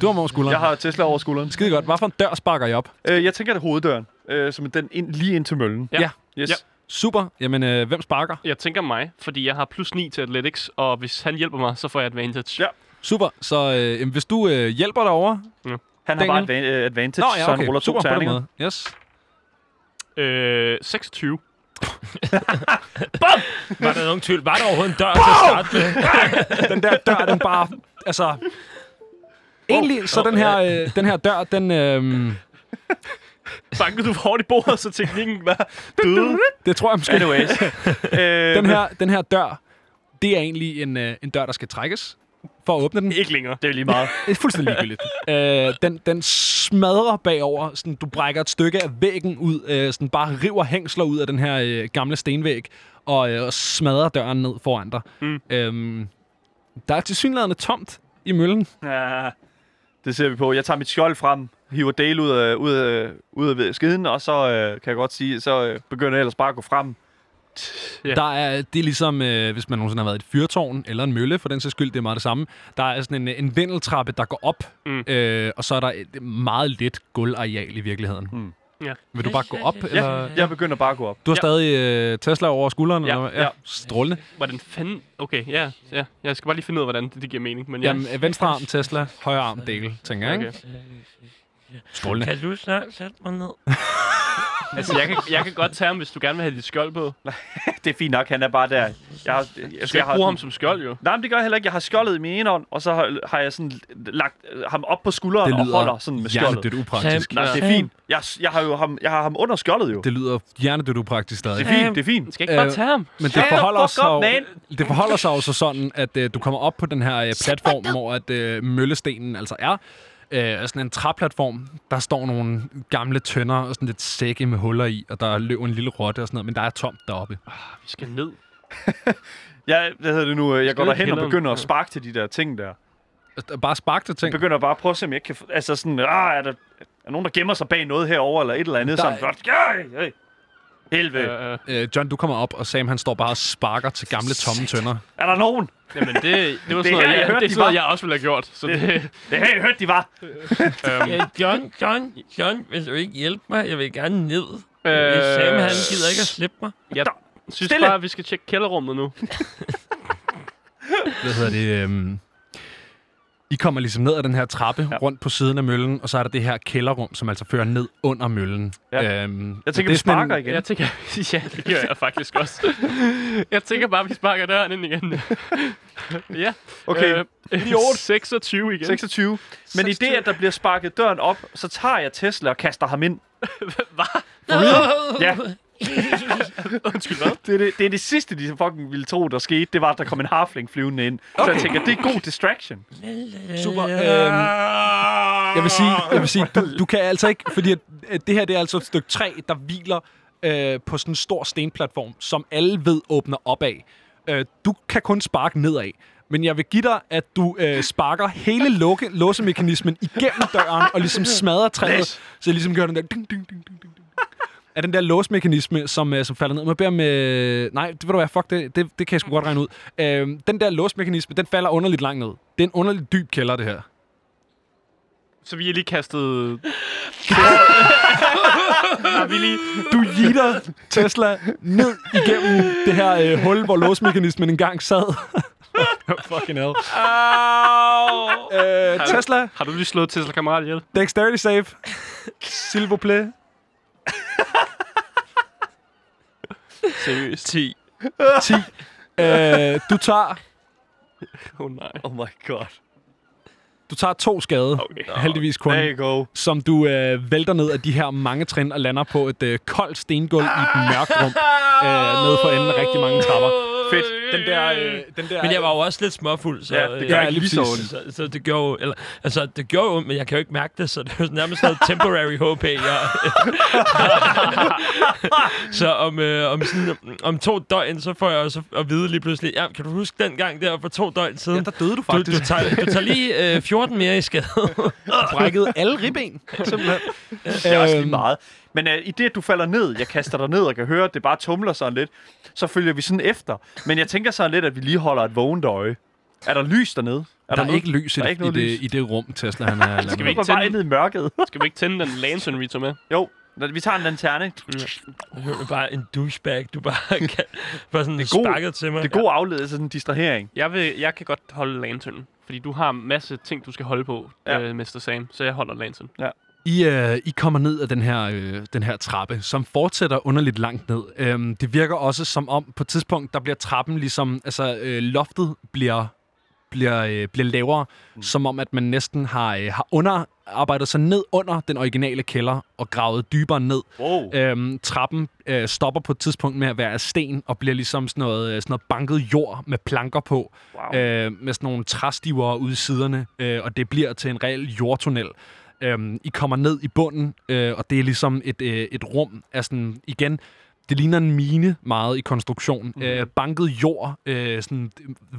Speaker 1: Du har mig over skulderen.
Speaker 3: Jeg har Tesla over skulderen.
Speaker 1: Skide godt. Hvad for en dør sparker jeg op?
Speaker 3: Øh, jeg tænker, det er hoveddøren, øh, som er den ind, lige ind til møllen.
Speaker 2: Ja.
Speaker 3: Yes.
Speaker 2: Ja.
Speaker 1: Super. Jamen, øh, hvem sparker?
Speaker 2: Jeg tænker mig, fordi jeg har plus 9 til Athletics, og hvis han hjælper mig, så får jeg advantage.
Speaker 3: Ja.
Speaker 1: Super. Så øh, jamen, hvis du øh, hjælper derovre...
Speaker 3: Han har bare
Speaker 1: Daniel.
Speaker 3: adva- øh, advantage, så han ruller to
Speaker 1: Super, på den
Speaker 3: terninger.
Speaker 1: måde. Yes.
Speaker 2: Øh, 26.
Speaker 4: Var der nogen tvivl? Var der overhovedet en dør til at starte med?
Speaker 1: Den der dør, den bare... Altså... Egentlig, så den her, øh, den her dør, den... Øh,
Speaker 2: Bankede du for hårdt i bordet, så teknikken var...
Speaker 1: det tror jeg måske...
Speaker 3: Anyways. øh,
Speaker 1: Den her, den her dør, det er egentlig en, øh, en dør, der skal trækkes for at åbne den.
Speaker 2: Ikke længere.
Speaker 3: Det er lige meget.
Speaker 1: Det er fuldstændig ligegyldigt. øh, den, den smadrer bagover. Sådan, du brækker et stykke af væggen ud. Øh, sådan, bare river hængsler ud af den her øh, gamle stenvæg. Og, øh, og smadrer døren ned foran dig. Mm. Øhm, der er tilsyneladende tomt i møllen.
Speaker 3: Ja, det ser vi på. Jeg tager mit skjold frem, hiver Dale ud af, ud af, ud af skiden, og så øh, kan jeg godt sige, så øh, begynder jeg ellers bare at gå frem.
Speaker 2: Ja.
Speaker 1: Der er, det er ligesom, øh, hvis man nogensinde har været i et fyrtårn eller en mølle, for den sags skyld, det er meget det samme. Der er sådan en, øh, en vindeltrappe, der går op,
Speaker 2: Mm.
Speaker 1: mm. øh, og så er der et meget lidt gulvareal i virkeligheden.
Speaker 3: Mm.
Speaker 2: Ja.
Speaker 1: Vil du bare gå op?
Speaker 3: Ja,
Speaker 1: Eller?
Speaker 3: jeg begynder bare at gå op.
Speaker 1: Du har
Speaker 2: Ja.
Speaker 1: ja. stadig øh, Tesla over skulderen?
Speaker 2: Ja,
Speaker 1: eller, hvad?
Speaker 2: ja.
Speaker 1: Strålende.
Speaker 2: Hvordan fanden... Okay, ja, ja. Jeg skal bare lige finde ud af, hvordan det, det giver mening. Men ja.
Speaker 1: Jamen, øh, venstre arm Tesla, højre arm Dale, tænker jeg, ikke?
Speaker 2: Okay.
Speaker 1: Strålende.
Speaker 4: Kan du snart sætte mig ned?
Speaker 2: Altså, jeg kan, jeg kan godt tage ham, hvis du gerne vil have dit skjold på. Du
Speaker 3: Det er fint nok, han er bare der. Jeg, har, jeg,
Speaker 2: skal
Speaker 3: jeg
Speaker 2: ikke
Speaker 3: har,
Speaker 2: bruge ham som skjold, jo.
Speaker 3: Nej, men det gør jeg heller ikke. Jeg har skjoldet i min ene hånd, og så har, har jeg sådan lagt øh, ham op på skulderen
Speaker 1: Det
Speaker 3: og holder
Speaker 1: lyder
Speaker 3: sådan med skjoldet.
Speaker 1: hjernedødt upraktisk.
Speaker 3: Nej, det er
Speaker 4: Ja.
Speaker 3: fint. Jeg, jeg har jo ham, jeg har ham under skjoldet jo. Det,
Speaker 1: Det lyder hjernedødt upraktisk stadig.
Speaker 3: det er fint,
Speaker 4: Damn.
Speaker 3: det er fint.
Speaker 2: Skal jeg ikke bare
Speaker 1: Øh,
Speaker 2: tage ham?
Speaker 1: Men det
Speaker 3: Shut the
Speaker 1: forholder,
Speaker 3: fuck
Speaker 1: sig jo,
Speaker 3: up, man.
Speaker 1: det forholder sig jo så sådan, at øh, du kommer op på den her øh, platform, hvor at, øh, møllestenen altså er. Øh, sådan en træplatform, der står nogle gamle tønder og sådan lidt sække med huller i, og der løber en lille rotte og sådan noget, men der er tomt deroppe.
Speaker 2: Vi skal ned.
Speaker 3: Jeg, hvad hedder det nu? øh, Jeg går
Speaker 2: du
Speaker 3: derhen og
Speaker 2: kælderen?
Speaker 3: begynder at
Speaker 2: Ja.
Speaker 3: sparke til de der ting der.
Speaker 1: Altså, Bare spark til
Speaker 3: Jeg
Speaker 1: ting.
Speaker 3: begynder bare at prøve at se, om jeg ikke kan... få- Altså sådan, ah, er der, er der nogen, der gemmer sig bag noget herover eller et eller andet?
Speaker 1: Der
Speaker 3: Sådan,
Speaker 1: er-
Speaker 3: godt, ja, ja. Helvede.
Speaker 2: Øh, øh.
Speaker 1: Øh, John, du kommer op, og Sam han står bare og sparker til gamle tomme tønder.
Speaker 3: Er der nogen?
Speaker 2: Jamen, det, det var
Speaker 3: Det
Speaker 2: sådan noget,
Speaker 3: her, jeg
Speaker 2: jeg,
Speaker 3: hørte,
Speaker 2: det er
Speaker 3: de
Speaker 2: sådan noget,
Speaker 3: var.
Speaker 2: jeg også ville have gjort. Så det,
Speaker 3: Det har jeg hørt, de var.
Speaker 2: øhm,
Speaker 4: Øh, John, John, John, vil du ikke hjælpe mig? Jeg vil gerne ned. Øh...
Speaker 2: øh,
Speaker 4: Sam, han gider ikke at slippe mig.
Speaker 2: Jeg synes
Speaker 3: Stille.
Speaker 2: bare, vi skal tjekke kælderrummet nu.
Speaker 1: Hvad hedder det? Øhm, I kommer ligesom ned ad den her trappe, ja. rundt på siden af møllen, og så er der det her kælderrum, som altså fører ned under møllen.
Speaker 3: Ja.
Speaker 1: Øhm,
Speaker 3: Jeg
Speaker 1: det
Speaker 3: tænker,
Speaker 1: er sådan
Speaker 3: vi
Speaker 1: en-
Speaker 3: sparker igen.
Speaker 2: Jeg tænker, ja, det gør jeg faktisk også. Jeg tænker bare, vi sparker døren ind igen. ja.
Speaker 3: Okay,
Speaker 2: Øh, 26 igen.
Speaker 3: 26. Men i det, at der bliver sparket døren op, så tager jeg Tesla og kaster ham ind. Ja.
Speaker 2: Undskyld, hvad?
Speaker 3: Det er det, det er det sidste, de fucking ville tro, der skete. Det var, at der kom en harfling flyvende ind. Så jeg tænker, det er god distraction.
Speaker 1: Super. Øhm, jeg vil sige, jeg vil sige du, du kan altså ikke, fordi at, at det her det er altså et stykke træ, der hviler øh, på sådan en stor stenplatform, som alle ved åbner opad. Øh, du kan kun sparke nedad, men jeg vil give dig, at du øh, sparker hele lukke, låsemekanismen igennem døren og ligesom smadrer træet, så jeg ligesom gør den der ding, ding, ding, ding, ding, ding. Af den der låsmekanisme, som, øh, som falder ned. Man beder med... Nej, det ved du hvad, fuck det. Det, det kan jeg sgu godt regne ud. Øh, den der låsmekanisme, den falder underligt langt ned. Det er en underligt dyb kælder, det her.
Speaker 2: Så vi er lige kastet...
Speaker 1: Du jeter Tesla ned igennem det her øh, hul, hvor låsmekanismen engang sad. Fucking hell. Øh, Tesla,
Speaker 2: Har du lige slået Tesla Kammerat ihjel?
Speaker 1: dexterity save. Silvo play.
Speaker 2: Seriøst? 10.
Speaker 1: 10. Øh, du, tager,
Speaker 2: Åh oh, nej.
Speaker 3: Oh my god.
Speaker 1: du tager to skade,
Speaker 2: Okay.
Speaker 1: heldigvis kun,
Speaker 3: There you go.
Speaker 1: som du øh, vælter ned af de her mange trin og lander på et øh, koldt stengulv i et mørkt rum. Øh, nede for enden af rigtig mange trapper. Fedt. Den der... Øh, den der
Speaker 4: Men jeg var jo også lidt småfuld, så...
Speaker 3: Ja, det
Speaker 4: øh,
Speaker 3: gør
Speaker 1: ikke lige så
Speaker 4: så,
Speaker 1: ondt.
Speaker 4: så, så, det gjorde jo- eller, altså, det gjorde jo ondt, men jeg kan jo ikke mærke det, så det er jo nærmest noget temporary HP, jeg... så om, øh, om, sådan, om to døgn, så får jeg også at vide lige pludselig, ja, kan du huske den gang der for to døgn siden?
Speaker 1: Ja, der døde du
Speaker 4: du, du,
Speaker 1: faktisk.
Speaker 4: tager, du tager lige øh, 14 mere i skade.
Speaker 1: brækkede alle ribben, simpelthen.
Speaker 3: Det er
Speaker 1: Øhm.
Speaker 3: også lige meget. Men øh, i det, at du falder ned, jeg kaster dig ned og kan høre, at det bare tumler sådan lidt, så følger vi sådan efter. Men jeg tænker sådan lidt, at vi lige holder et vågent øje. Er der lys dernede? Er
Speaker 1: Der er
Speaker 3: noget-
Speaker 1: ikke lys i,
Speaker 3: Der er
Speaker 1: det, i,
Speaker 3: ikke noget
Speaker 1: det,
Speaker 3: lys.
Speaker 1: i det rum, Tesla han øh, er
Speaker 2: Skal vi
Speaker 1: landet.
Speaker 2: ikke
Speaker 3: Vi var bare
Speaker 2: tænde-
Speaker 3: inde i mørket.
Speaker 2: Skal vi ikke tænde den lantern, vi tog med?
Speaker 3: Jo, når vi tager en lanterne. Det
Speaker 4: Jeg er bare en douchebag, du bare, kan, bare sådan det
Speaker 3: god-
Speaker 4: sparket til mig.
Speaker 3: er god afledelse, sådan en distrahering.
Speaker 2: Jeg, vil, jeg kan godt holde lanternen. Fordi du har en masse ting, du skal holde på,
Speaker 3: Ja.
Speaker 2: ja. øh, Mr. Sam. Så jeg holder lanternen.
Speaker 1: I, øh, I kommer ned af den her, øh, den her trappe, som fortsætter underligt langt ned. Øhm, det virker også som om, på et tidspunkt, der bliver trappen ligesom... Altså, øh, loftet bliver, bliver, øh, bliver lavere, mm. som om, at man næsten har, øh, har underarbejdet sig ned under den originale kælder og gravet dybere ned.
Speaker 3: Wow.
Speaker 1: Øhm, trappen øh, stopper på et tidspunkt med at være af sten og bliver ligesom sådan noget, øh, sådan noget banket jord med planker på.
Speaker 3: Wow.
Speaker 1: øh, med sådan nogle træstiver ude i siderne, øh, og det bliver til en reel jordtunnel. Øhm, I kommer ned i bunden, øh, og det er ligesom et, øh, et rum af sådan, igen, det ligner en mine meget i konstruktion. Mm. Øh, banket jord, øh, sådan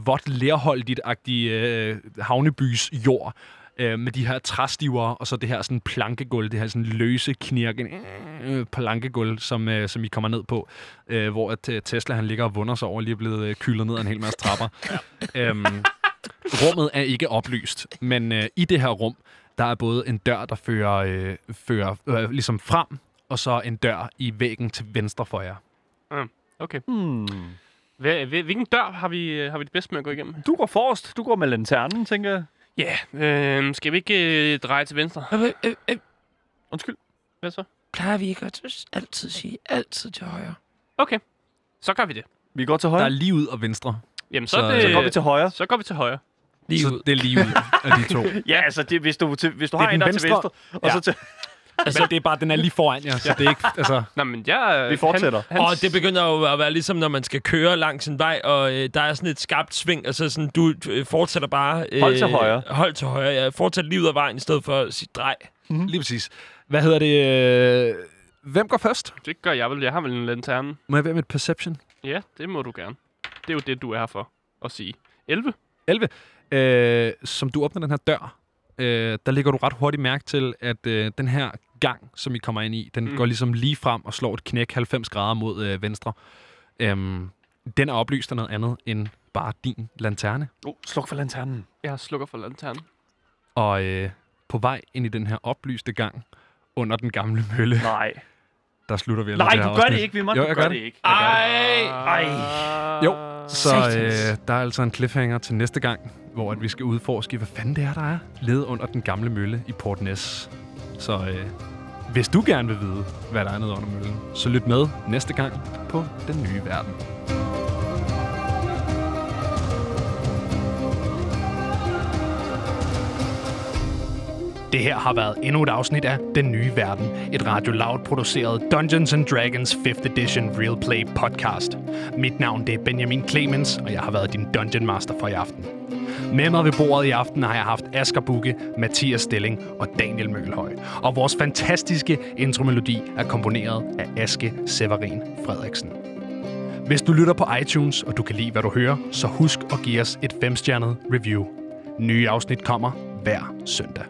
Speaker 1: vådt lærholdigt-agtig øh, havnebys jord, øh, med de her træstiver, og så det her sådan plankegulv, det her sådan løse knirken øh, plankegulv, som, øh, som I kommer ned på, øh, hvor at, øh, Tesla han ligger og vunder sig over, lige er blevet øh, kylet ned ad en hel masse trapper. Øhm, rummet er ikke oplyst, men øh, i det her rum, der er både en dør, der fører, øh, fører øh, ligesom frem, og så en dør i væggen til venstre for jer.
Speaker 2: Okay.
Speaker 3: Hmm.
Speaker 2: Hvad, hvil- hvilken dør har vi, øh, har vi det bedst med at gå igennem?
Speaker 3: Du går forrest. Du går med lanternen, tænker jeg.
Speaker 2: Ja, yeah. øh, skal vi ikke øh, dreje til venstre?
Speaker 4: Øh, øh, øh,
Speaker 3: Undskyld.
Speaker 2: Hvad så?
Speaker 4: plejer vi ikke at altid sige altid til højre.
Speaker 2: Okay, så gør vi det.
Speaker 3: Vi går til
Speaker 1: Der er
Speaker 3: højre.
Speaker 1: lige ud og venstre.
Speaker 2: Jamen, så,
Speaker 1: Så-
Speaker 2: er det,
Speaker 1: så
Speaker 3: Så går vi til højre.
Speaker 2: så går vi til højre.
Speaker 4: Lige
Speaker 1: så
Speaker 4: ud.
Speaker 1: det er lige ud af de to.
Speaker 3: Ja, altså, det, hvis, du, til, hvis du
Speaker 1: Det er
Speaker 3: har
Speaker 1: den
Speaker 3: en, der er til
Speaker 1: venstre.
Speaker 3: venstre, og
Speaker 1: Ja.
Speaker 3: så til...
Speaker 1: Altså, Men det er bare, den er lige foran jer, så det er ikke... Altså,
Speaker 2: Nå, men jeg...
Speaker 3: Vi fortsætter.
Speaker 2: Han,
Speaker 4: Og det begynder jo at være ligesom, når man skal køre langs en vej, og øh, der er sådan et skarpt sving, og så sådan, du øh, fortsætter bare... Øh,
Speaker 3: Hold til højre.
Speaker 4: Hold til højre, ja. Fortsæt lige ud af vejen, i stedet for at sige drej.
Speaker 1: lige præcis. Hvad hedder det? øh, Hvem går først?
Speaker 2: det gør jeg vel. Jeg har vel en lanterne.
Speaker 1: Må jeg være med et perception?
Speaker 2: Ja, det må du gerne. Det er jo det, du er her for at sige. 11?
Speaker 1: 11. Øh, som du åbner den her dør, øh, der lægger du ret hurtigt mærke til, at øh, den her gang, som I kommer ind i, den
Speaker 2: Mm.
Speaker 1: mm. går ligesom lige frem og slår et knæk 90 grader mod øh, venstre. Øhm, den er oplyst af noget andet end bare din lanterne.
Speaker 3: Oh, sluk for lanternen.
Speaker 2: Jeg har slukker for lanternen.
Speaker 1: Og øh, på vej ind i den her oplyste gang, under den gamle mølle,
Speaker 3: Nej.
Speaker 1: der slutter vi
Speaker 3: Nej,
Speaker 1: her
Speaker 3: du gør det
Speaker 1: afsnit.
Speaker 3: ikke, Vimmer.
Speaker 1: Jo,
Speaker 3: Du
Speaker 1: jeg
Speaker 3: gør
Speaker 1: gør
Speaker 3: det
Speaker 1: det.
Speaker 3: ikke.
Speaker 4: Ej!
Speaker 2: Ah.
Speaker 3: Ej.
Speaker 1: Jo,
Speaker 2: Så...
Speaker 1: Så øh, der er altså en cliffhanger til næste gang, hvor at vi skal udforske, hvad fanden det er, der er led under den gamle mølle i Port Ness. Så øh, hvis du gerne vil vide, hvad der er nede under møllen, så lyt med næste gang på Den Nye Verden. Det her har været endnu et afsnit af Den Nye Verden, et Radio Loud produceret Dungeons and Dragons 5th Edition Real Play podcast. Mit navn det er Benjamin Clemens, og jeg har været din Dungeon Master for i aften. Med mig ved bordet i aften har jeg haft Asger Bukke, Mathias Stilling og Daniel Møgelhøj. Og vores fantastiske intromelodi er komponeret af Aske Severin Frederiksen. Hvis du lytter på iTunes, og du kan lide, hvad du hører, så husk at give os et femstjernet review. Nye afsnit kommer hver søndag.